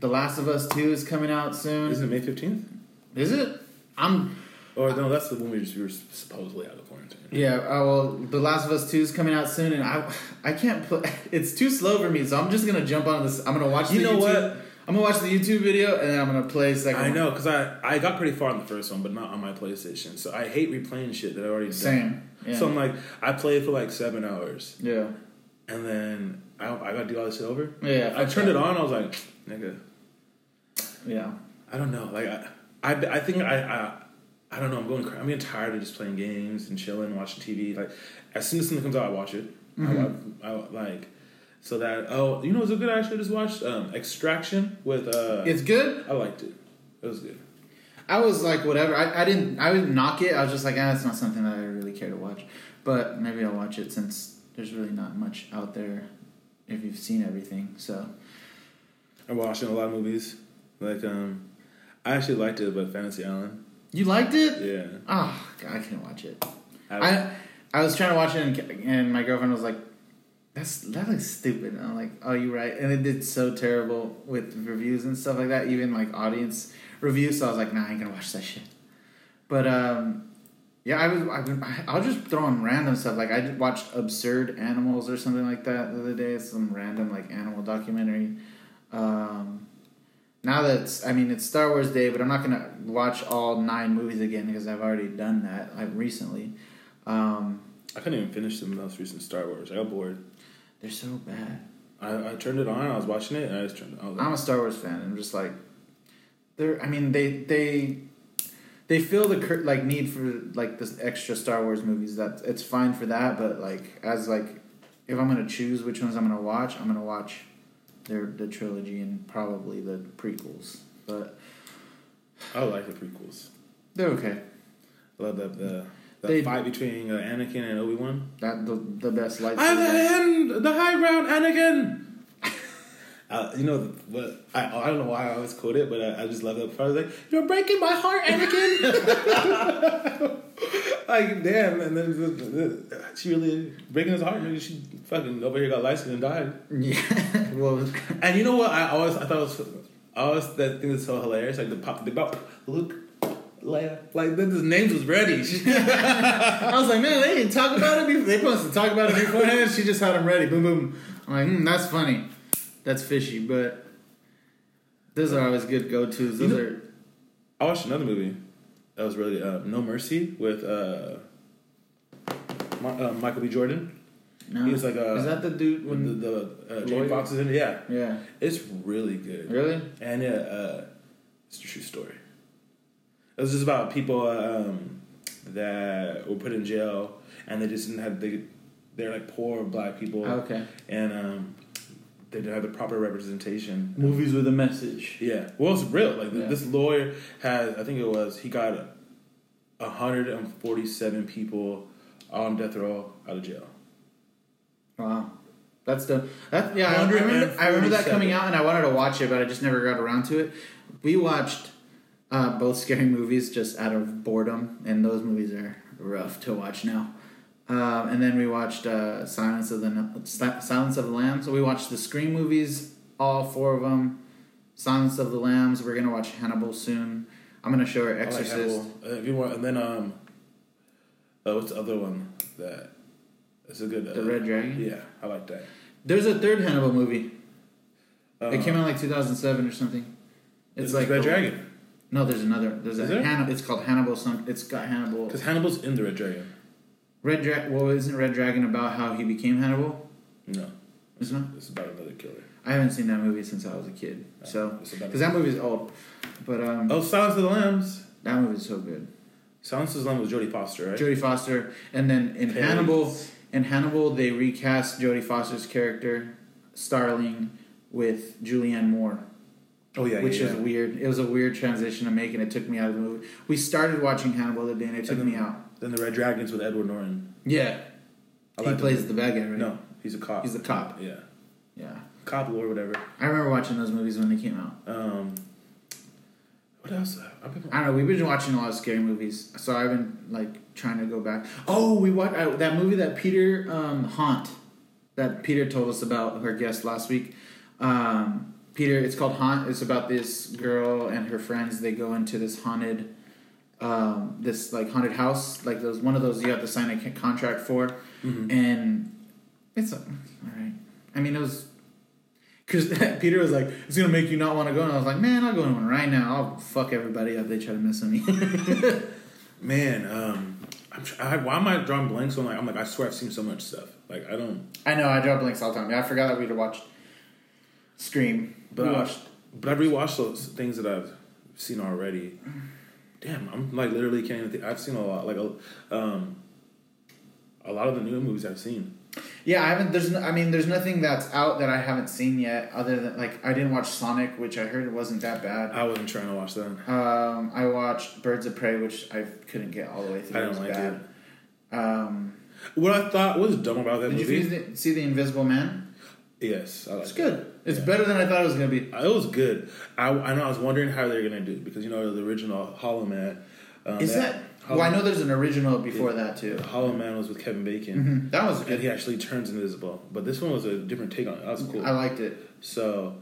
[SPEAKER 1] the Last of Us Two is coming out soon.
[SPEAKER 2] Isn't it May fifteenth?
[SPEAKER 1] Is it? I'm
[SPEAKER 2] Or no, that's the one we just we were supposedly out of quarantine.
[SPEAKER 1] yeah. Uh, well, The Last of Us Two is coming out soon, and I I can't play. It's too slow for me, so I'm just gonna jump on this. I'm gonna watch.
[SPEAKER 2] You
[SPEAKER 1] the
[SPEAKER 2] know
[SPEAKER 1] YouTube,
[SPEAKER 2] what?
[SPEAKER 1] I'm gonna watch the YouTube video, and then I'm gonna play second.
[SPEAKER 2] I
[SPEAKER 1] one.
[SPEAKER 2] know, cause I I got pretty far on the first one, but not on my PlayStation. So I hate replaying shit that I already done.
[SPEAKER 1] Same. Yeah.
[SPEAKER 2] So I'm like, I played for like seven hours,
[SPEAKER 1] yeah.
[SPEAKER 2] and then I I got to do all this shit over.
[SPEAKER 1] Yeah.
[SPEAKER 2] I turned it on. I was like, nigga,
[SPEAKER 1] Yeah.
[SPEAKER 2] I don't know. Like I, I, I think I, I, I don't know. I'm going. cra- I'm getting tired of just playing games and chilling, watching TV. Like as soon as something comes out, I watch it. I
[SPEAKER 1] Mm-hmm.
[SPEAKER 2] I, I, like so that. Oh, you know, it's a good. I actually just watched um, Extraction with. Uh,
[SPEAKER 1] It's good.
[SPEAKER 2] I liked it. It was good.
[SPEAKER 1] I was like, whatever. I, I didn't. I didn't knock it. I was just like, ah, it's not something that I really care to watch. But maybe I'll watch it since there's really not much out there if you've seen everything. So
[SPEAKER 2] I'm watching a lot of movies. Like um, I actually liked it, but Fantasy Island.
[SPEAKER 1] you liked it?
[SPEAKER 2] Yeah.
[SPEAKER 1] Oh, God, I couldn't watch it.
[SPEAKER 2] I,
[SPEAKER 1] I I was trying to watch it and, and my girlfriend was like, "That's that looks stupid." And I'm like, "Oh, you're right." And it did so terrible with reviews and stuff like that, even like audience reviews. So I was like, "Nah, I ain't gonna watch that shit." But um, yeah, I was I've been, I- I'll just throw on random stuff. Like I just watched Absurd Animals or something like that the other day. Some random like animal documentary. Um, now that's I mean it's Star Wars Day, but I'm not gonna watch all nine movies again because I've already done that like recently. Um,
[SPEAKER 2] I couldn't even finish the most recent Star Wars. I got bored.
[SPEAKER 1] they're so bad.
[SPEAKER 2] I, I turned it on. I was watching it, and I just turned. It, I was like,
[SPEAKER 1] I'm a Star Wars fan. I'm just like, they're. I mean, they they they feel the cur- like need for like this extra Star Wars movies. That it's fine for that, but like as like if I'm gonna choose which ones I'm gonna watch, I'm gonna watch their the trilogy and probably the prequels. But
[SPEAKER 2] I like the prequels.
[SPEAKER 1] they're okay.
[SPEAKER 2] I love that the, that
[SPEAKER 1] They-
[SPEAKER 2] fight between uh, Anakin and Obi Wan.
[SPEAKER 1] That the the best light.
[SPEAKER 2] I'm the hand, the high ground, Anakin. Uh, you know what? I, I don't know why I always quote it, but I, I just love that part. I was like, "You're breaking my heart, Anakin." like, damn! And then she really breaking his heart. Maybe she fucking over here got license and died.
[SPEAKER 1] Yeah. well,
[SPEAKER 2] And you know what? I always I thought it was I always that thing is so hilarious. Like the pop, the pop, Luke, Leia. Like that his names was ready.
[SPEAKER 1] I was like, man, they didn't talk about it. Before. They supposed to talk about it beforehand. She just had them ready. Boom, boom. I'm like, hmm, that's funny. That's fishy, but those are always good go tos. Those
[SPEAKER 2] You know-
[SPEAKER 1] are
[SPEAKER 2] I watched another movie that was really uh, No Mercy with uh, Mi- uh, Michael B. Jordan.
[SPEAKER 1] no.
[SPEAKER 2] He was like a
[SPEAKER 1] Is that the dude
[SPEAKER 2] with
[SPEAKER 1] when?
[SPEAKER 2] the, the uh,
[SPEAKER 1] Lawyer?
[SPEAKER 2] Jamie Foxx is in it. Yeah,
[SPEAKER 1] yeah,
[SPEAKER 2] it's really good.
[SPEAKER 1] really.
[SPEAKER 2] And yeah, uh, it's a true story. It was just about people um, that were put in jail and they just didn't have they they're like poor black people
[SPEAKER 1] Ah, Okay.
[SPEAKER 2] and um, they didn't have the proper representation.
[SPEAKER 1] Movies with a message.
[SPEAKER 2] Yeah. Well, it's real. Like th
[SPEAKER 1] Yeah.
[SPEAKER 2] this lawyer has, I think it was, he got a 147 people on death row out of jail.
[SPEAKER 1] Wow. That's the that yeah. I remember, I remember that coming out, and I wanted to watch it, but I just never got around to it. We watched uh, both scary movies just out of boredom, and those movies are rough to watch now. Um, and then we watched uh, Silence of the Si- Silence of the Lambs. So we watched the Scream movies, all four of them. Silence of the Lambs. We're gonna watch Hannibal soon. I'm gonna show her
[SPEAKER 2] I like
[SPEAKER 1] Exorcist.
[SPEAKER 2] Hannibal. Uh, if you want, and then um, uh, what's the other one that? It's a good. Uh,
[SPEAKER 1] the Red Dragon.
[SPEAKER 2] Yeah, I like that.
[SPEAKER 1] There's a third Hannibal movie.
[SPEAKER 2] Uh,
[SPEAKER 1] it came out like 2007 or something. It's like
[SPEAKER 2] Red
[SPEAKER 1] the-
[SPEAKER 2] Dragon
[SPEAKER 1] No, there's another. There's a
[SPEAKER 2] Is there?
[SPEAKER 1] Hannibal. It's called Hannibal. Some. It's got Hannibal.
[SPEAKER 2] because Hannibal's in the Red Dragon.
[SPEAKER 1] Red Dragon. Well, isn't Red Dragon about how he became Hannibal?
[SPEAKER 2] No,
[SPEAKER 1] It's not.
[SPEAKER 2] it's about another killer.
[SPEAKER 1] I haven't seen that movie since I was a kid. So,
[SPEAKER 2] It's about
[SPEAKER 1] because that movie's old, but um,
[SPEAKER 2] oh, Silence of the Lambs.
[SPEAKER 1] that movie's so good.
[SPEAKER 2] Silence of the Lambs was Jodie Foster, right?
[SPEAKER 1] Jodie Foster, and then in
[SPEAKER 2] Paris.
[SPEAKER 1] Hannibal, in Hannibal they recast Jodie Foster's character, Starling, with Julianne Moore.
[SPEAKER 2] oh yeah,
[SPEAKER 1] which
[SPEAKER 2] yeah,
[SPEAKER 1] is
[SPEAKER 2] yeah.
[SPEAKER 1] weird. It was a weird transition to make, and it took me out of the movie. We started watching Hannibal the other day, and it took
[SPEAKER 2] And
[SPEAKER 1] me out.
[SPEAKER 2] Then the Red Dragons with Edward Norton.
[SPEAKER 1] Yeah,
[SPEAKER 2] I
[SPEAKER 1] he
[SPEAKER 2] like the
[SPEAKER 1] plays the bad guy, right?
[SPEAKER 2] No, he's a cop.
[SPEAKER 1] he's the cop.
[SPEAKER 2] yeah,
[SPEAKER 1] Yeah,
[SPEAKER 2] cop lord, whatever.
[SPEAKER 1] I remember watching those movies when they came out.
[SPEAKER 2] Um, what else? Uh, I've been-
[SPEAKER 1] I don't know. We've been watching a lot of scary movies, so I've been like trying to go back. Oh, we watched uh, that movie that Peter um, Haunt that Peter told us about her guest last week. Um, Peter, it's called Haunt. It's about this girl and her friends. They go into this haunted, um, this like haunted house, like those one of those you have to sign a c- contract for, and it's uh, all right. I mean, it was because Peter was like, it's gonna make you not want to go, and I was like, man, I'll go in one right now. I'll fuck everybody up. They try to mess with me.
[SPEAKER 2] Man, um, I'm tr- I, why am I drawing blanks on like I'm like I swear I've seen so much stuff. Like I don't,
[SPEAKER 1] I know. I draw blanks all the time. I forgot that we'd watched Scream,
[SPEAKER 2] but
[SPEAKER 1] we
[SPEAKER 2] I
[SPEAKER 1] watched
[SPEAKER 2] but I rewatched those things that I've seen already. Damn, I'm like literally can't even think. I've seen a lot, like a, um, a lot of the new movies I've seen.
[SPEAKER 1] Yeah, I haven't. There's, no, I mean, there's nothing that's out that I haven't seen yet. Other than like, I didn't watch Sonic, which I heard it wasn't that bad.
[SPEAKER 2] I wasn't trying to watch that.
[SPEAKER 1] Um, I watched Birds of Prey, which I couldn't get all the way through.
[SPEAKER 2] I
[SPEAKER 1] It was
[SPEAKER 2] don't like
[SPEAKER 1] bad. Um,
[SPEAKER 2] it. What I thought was dumb about that
[SPEAKER 1] did you
[SPEAKER 2] movie.
[SPEAKER 1] see the, see the Invisible Man?
[SPEAKER 2] yes, I like
[SPEAKER 1] It's good. It's
[SPEAKER 2] Yeah.
[SPEAKER 1] better than I thought it was gonna be.
[SPEAKER 2] It was good. I, I know. I was wondering how they were gonna do it because you know the original Hollow Man. Um,
[SPEAKER 1] Is that?
[SPEAKER 2] Hollow,
[SPEAKER 1] Well, I know there's an original before that too.
[SPEAKER 2] Hollow Man was with Kevin Bacon,
[SPEAKER 1] Mhm, That was
[SPEAKER 2] and
[SPEAKER 1] good.
[SPEAKER 2] he actually turns invisible. But this one was a different take on it. That was cool.
[SPEAKER 1] I liked it.
[SPEAKER 2] so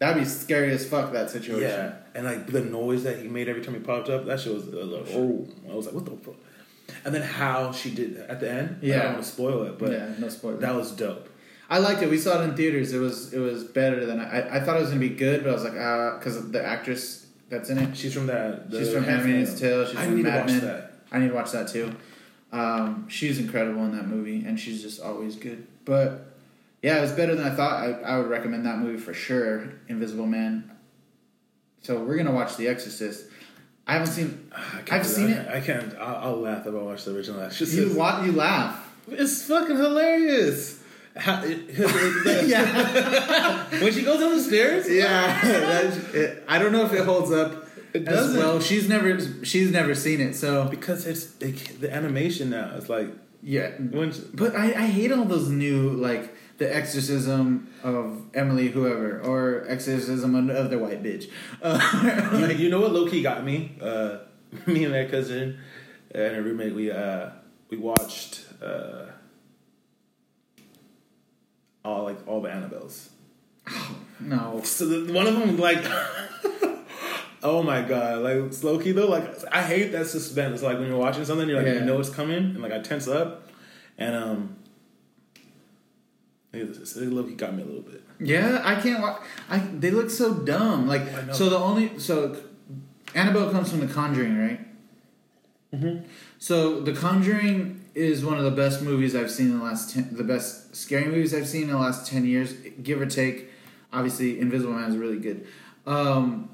[SPEAKER 1] That'd be scary as fuck. That situation.
[SPEAKER 2] Yeah, and like the noise that he made every time he popped up, that shit was uh, like, oh, I was like, what the fuck? And then how she did at the end, I
[SPEAKER 1] Yeah.
[SPEAKER 2] don't want to spoil it, but
[SPEAKER 1] yeah, no spoilers.
[SPEAKER 2] that was dope.
[SPEAKER 1] I liked it. We saw it in theaters. It was it was better than I, I, I thought it was gonna be good, but I was like, ah, because the actress that's in it,
[SPEAKER 2] She's from that. the
[SPEAKER 1] she's from Handmaid's Tale. She's
[SPEAKER 2] I
[SPEAKER 1] from
[SPEAKER 2] need to
[SPEAKER 1] Mad
[SPEAKER 2] watch
[SPEAKER 1] Men.
[SPEAKER 2] that.
[SPEAKER 1] I need to watch that too. Um, she's incredible in that movie, and she's just always good. But yeah, it was better than I thought. I, I would recommend that movie for sure. Invisible Man. So we're gonna watch The Exorcist. I haven't seen.
[SPEAKER 2] Ah, I can't
[SPEAKER 1] I've
[SPEAKER 2] do
[SPEAKER 1] seen
[SPEAKER 2] that. I can't. I'll, I'll laugh if I watch the original. That's just
[SPEAKER 1] You wa- you laugh.
[SPEAKER 2] it's fucking hilarious. How,
[SPEAKER 1] yeah,
[SPEAKER 2] when she goes down the stairs,
[SPEAKER 1] yeah. that's- it, I don't know if it holds up.
[SPEAKER 2] it
[SPEAKER 1] As
[SPEAKER 2] doesn't.
[SPEAKER 1] well, she's never she's never seen it, so
[SPEAKER 2] because it's it, the animation now. It's like
[SPEAKER 1] yeah.
[SPEAKER 2] when she,
[SPEAKER 1] But I, I hate all those new like the exorcism of Emily whoever or exorcism of another white bitch. Uh,
[SPEAKER 2] You- you know what Loki got me? Uh, me and my cousin and a roommate we uh, we watched uh, all like all the Annabelles.
[SPEAKER 1] no,
[SPEAKER 2] So the, one of them like Oh my god! Like it's low key though, like I hate that suspense. Like when you're watching something, you're like
[SPEAKER 1] Yeah.
[SPEAKER 2] you know it's coming, and like I tense up, and um, low key got me a little bit.
[SPEAKER 1] yeah, I can't. Wa- I they look so dumb.
[SPEAKER 2] I know.
[SPEAKER 1] Like so the only so Annabelle comes from The Conjuring, right?
[SPEAKER 2] Mm-hmm.
[SPEAKER 1] So The Conjuring is one of the best movies I've seen in the last ten, the best scary movies I've seen in the last ten years, give or take. Obviously, Invisible Man is really good. Um,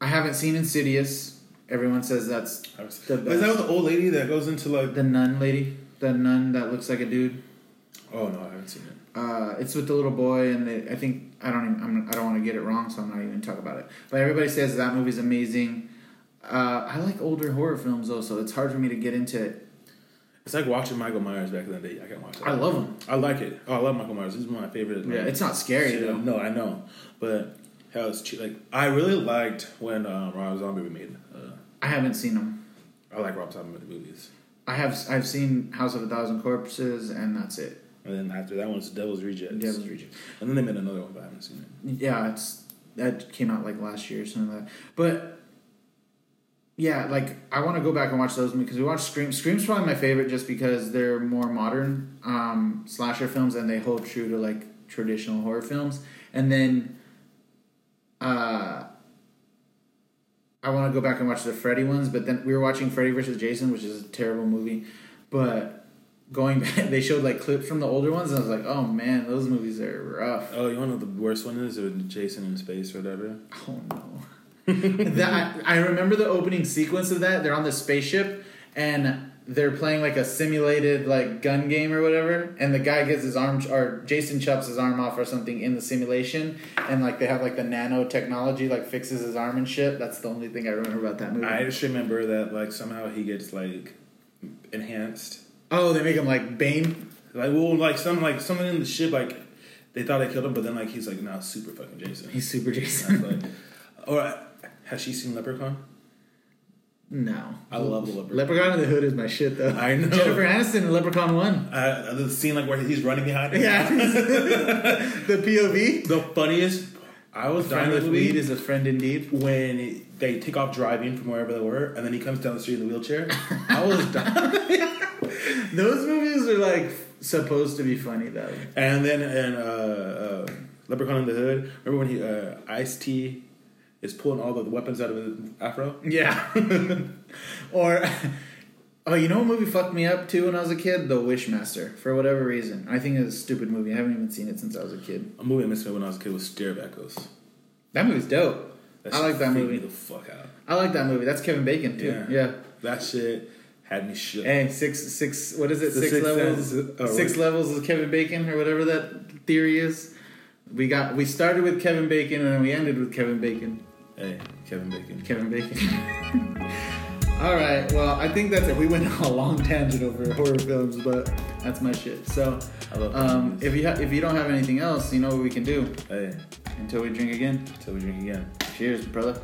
[SPEAKER 1] I haven't seen Insidious. Everyone says that's
[SPEAKER 2] I was-
[SPEAKER 1] The
[SPEAKER 2] But Is that
[SPEAKER 1] best.
[SPEAKER 2] with the old lady that goes into like?
[SPEAKER 1] the nun lady, the nun that looks like a dude.
[SPEAKER 2] Oh no, I haven't seen it.
[SPEAKER 1] Uh, it's with the little boy, and they, I think I don't even I'm, I don't want to get it wrong, so I'm not even gonna talk about it. But everybody says that movie's amazing. Uh, I like older horror films though, so it's hard for me to get into it.
[SPEAKER 2] It's like watching Michael Myers back in the day. I can't watch that.
[SPEAKER 1] I love them.
[SPEAKER 2] I like it. Oh, I love Michael Myers. He's one of my favorite.
[SPEAKER 1] Yeah,
[SPEAKER 2] like,
[SPEAKER 1] it's not scary
[SPEAKER 2] shit.
[SPEAKER 1] though.
[SPEAKER 2] No, I know, but hell, it's cheap. Like I really liked when um, Rob Zombie made. Uh,
[SPEAKER 1] I haven't seen them.
[SPEAKER 2] I like Rob Zombie movies,
[SPEAKER 1] I have I've seen House of a Thousand Corpses, and that's it.
[SPEAKER 2] and then after that one's Devil's Rejects.
[SPEAKER 1] Devil's Rejects.
[SPEAKER 2] and then they made another one, but I haven't seen it.
[SPEAKER 1] Yeah, it's that came out like last year or something like that. But yeah, like I want to go back and watch those because we watched Scream. Scream's probably my favorite just because they're more modern um, slasher films and they hold true to like traditional horror films. And then uh, I want to go back and watch the Freddy ones, but then we were watching Freddy versus Jason, which is a terrible movie. But going back, they showed like clips from the older ones, and I was like, oh man, those movies are rough.
[SPEAKER 2] Oh, you want to know what the worst one is? It was Jason in space or whatever.
[SPEAKER 1] Oh no! that I, I remember the opening sequence of that. They're on the spaceship and they're playing like a simulated like gun game or whatever. And the guy gets his arm or Jason chops his arm off or something in the simulation. And like they have like the nanotechnology like fixes his arm and shit. That's the only thing I remember about that movie.
[SPEAKER 2] I just remember that like somehow he gets like enhanced.
[SPEAKER 1] oh, they make him like Bane.
[SPEAKER 2] Like well, like some like someone in the ship like they thought I killed him, but then like he's like now super fucking Jason.
[SPEAKER 1] He's Super Jason.
[SPEAKER 2] Like, or uh, has she seen Leprechaun?
[SPEAKER 1] no,
[SPEAKER 2] I love the Leprechaun.
[SPEAKER 1] Leprechaun in the Hood is my shit though.
[SPEAKER 2] I know.
[SPEAKER 1] Jennifer Aniston in Leprechaun One.
[SPEAKER 2] Uh, the scene like where he's running behind her.
[SPEAKER 1] Yeah, the POV.
[SPEAKER 2] The funniest. I was dying
[SPEAKER 1] Friend
[SPEAKER 2] in
[SPEAKER 1] with
[SPEAKER 2] the
[SPEAKER 1] weed
[SPEAKER 2] movie
[SPEAKER 1] is a friend indeed.
[SPEAKER 2] when they take off driving from wherever they were, and then he comes down the street in the wheelchair. I was dying.
[SPEAKER 1] Those movies are like supposed to be funny though.
[SPEAKER 2] and then and uh, uh, Leprechaun in the Hood. Remember when he uh, Ice T is pulling all the weapons out of his afro?
[SPEAKER 1] Yeah. or oh, you know what movie fucked me up too when I was a kid? The Wishmaster. For whatever reason, I think it's a stupid movie. I haven't even seen it since I was a kid.
[SPEAKER 2] A movie I missed when I was a kid was Stare of Echoes.
[SPEAKER 1] That movie's dope.
[SPEAKER 2] That
[SPEAKER 1] I
[SPEAKER 2] shit
[SPEAKER 1] like that
[SPEAKER 2] freaked
[SPEAKER 1] movie.
[SPEAKER 2] Me the fuck out.
[SPEAKER 1] I like that movie. That's Kevin Bacon too.
[SPEAKER 2] Yeah.
[SPEAKER 1] Yeah.
[SPEAKER 2] That shit had me shook.
[SPEAKER 1] Hey, six six. What is it?
[SPEAKER 2] The
[SPEAKER 1] Six,
[SPEAKER 2] six
[SPEAKER 1] levels.
[SPEAKER 2] sense- oh,
[SPEAKER 1] six
[SPEAKER 2] wait.
[SPEAKER 1] levels of Kevin Bacon or whatever that theory is. We got we started with Kevin Bacon and then we ended with Kevin Bacon.
[SPEAKER 2] hey, Kevin Bacon.
[SPEAKER 1] Kevin Bacon. All right. Well, I think that's it. We went on a long tangent over horror films, but that's my shit. So,
[SPEAKER 2] I love
[SPEAKER 1] um,
[SPEAKER 2] horror
[SPEAKER 1] if you ha- if you don't have anything else, you know what we can do
[SPEAKER 2] Hey,
[SPEAKER 1] until we drink again.
[SPEAKER 2] until we drink again.
[SPEAKER 1] Cheers, brother.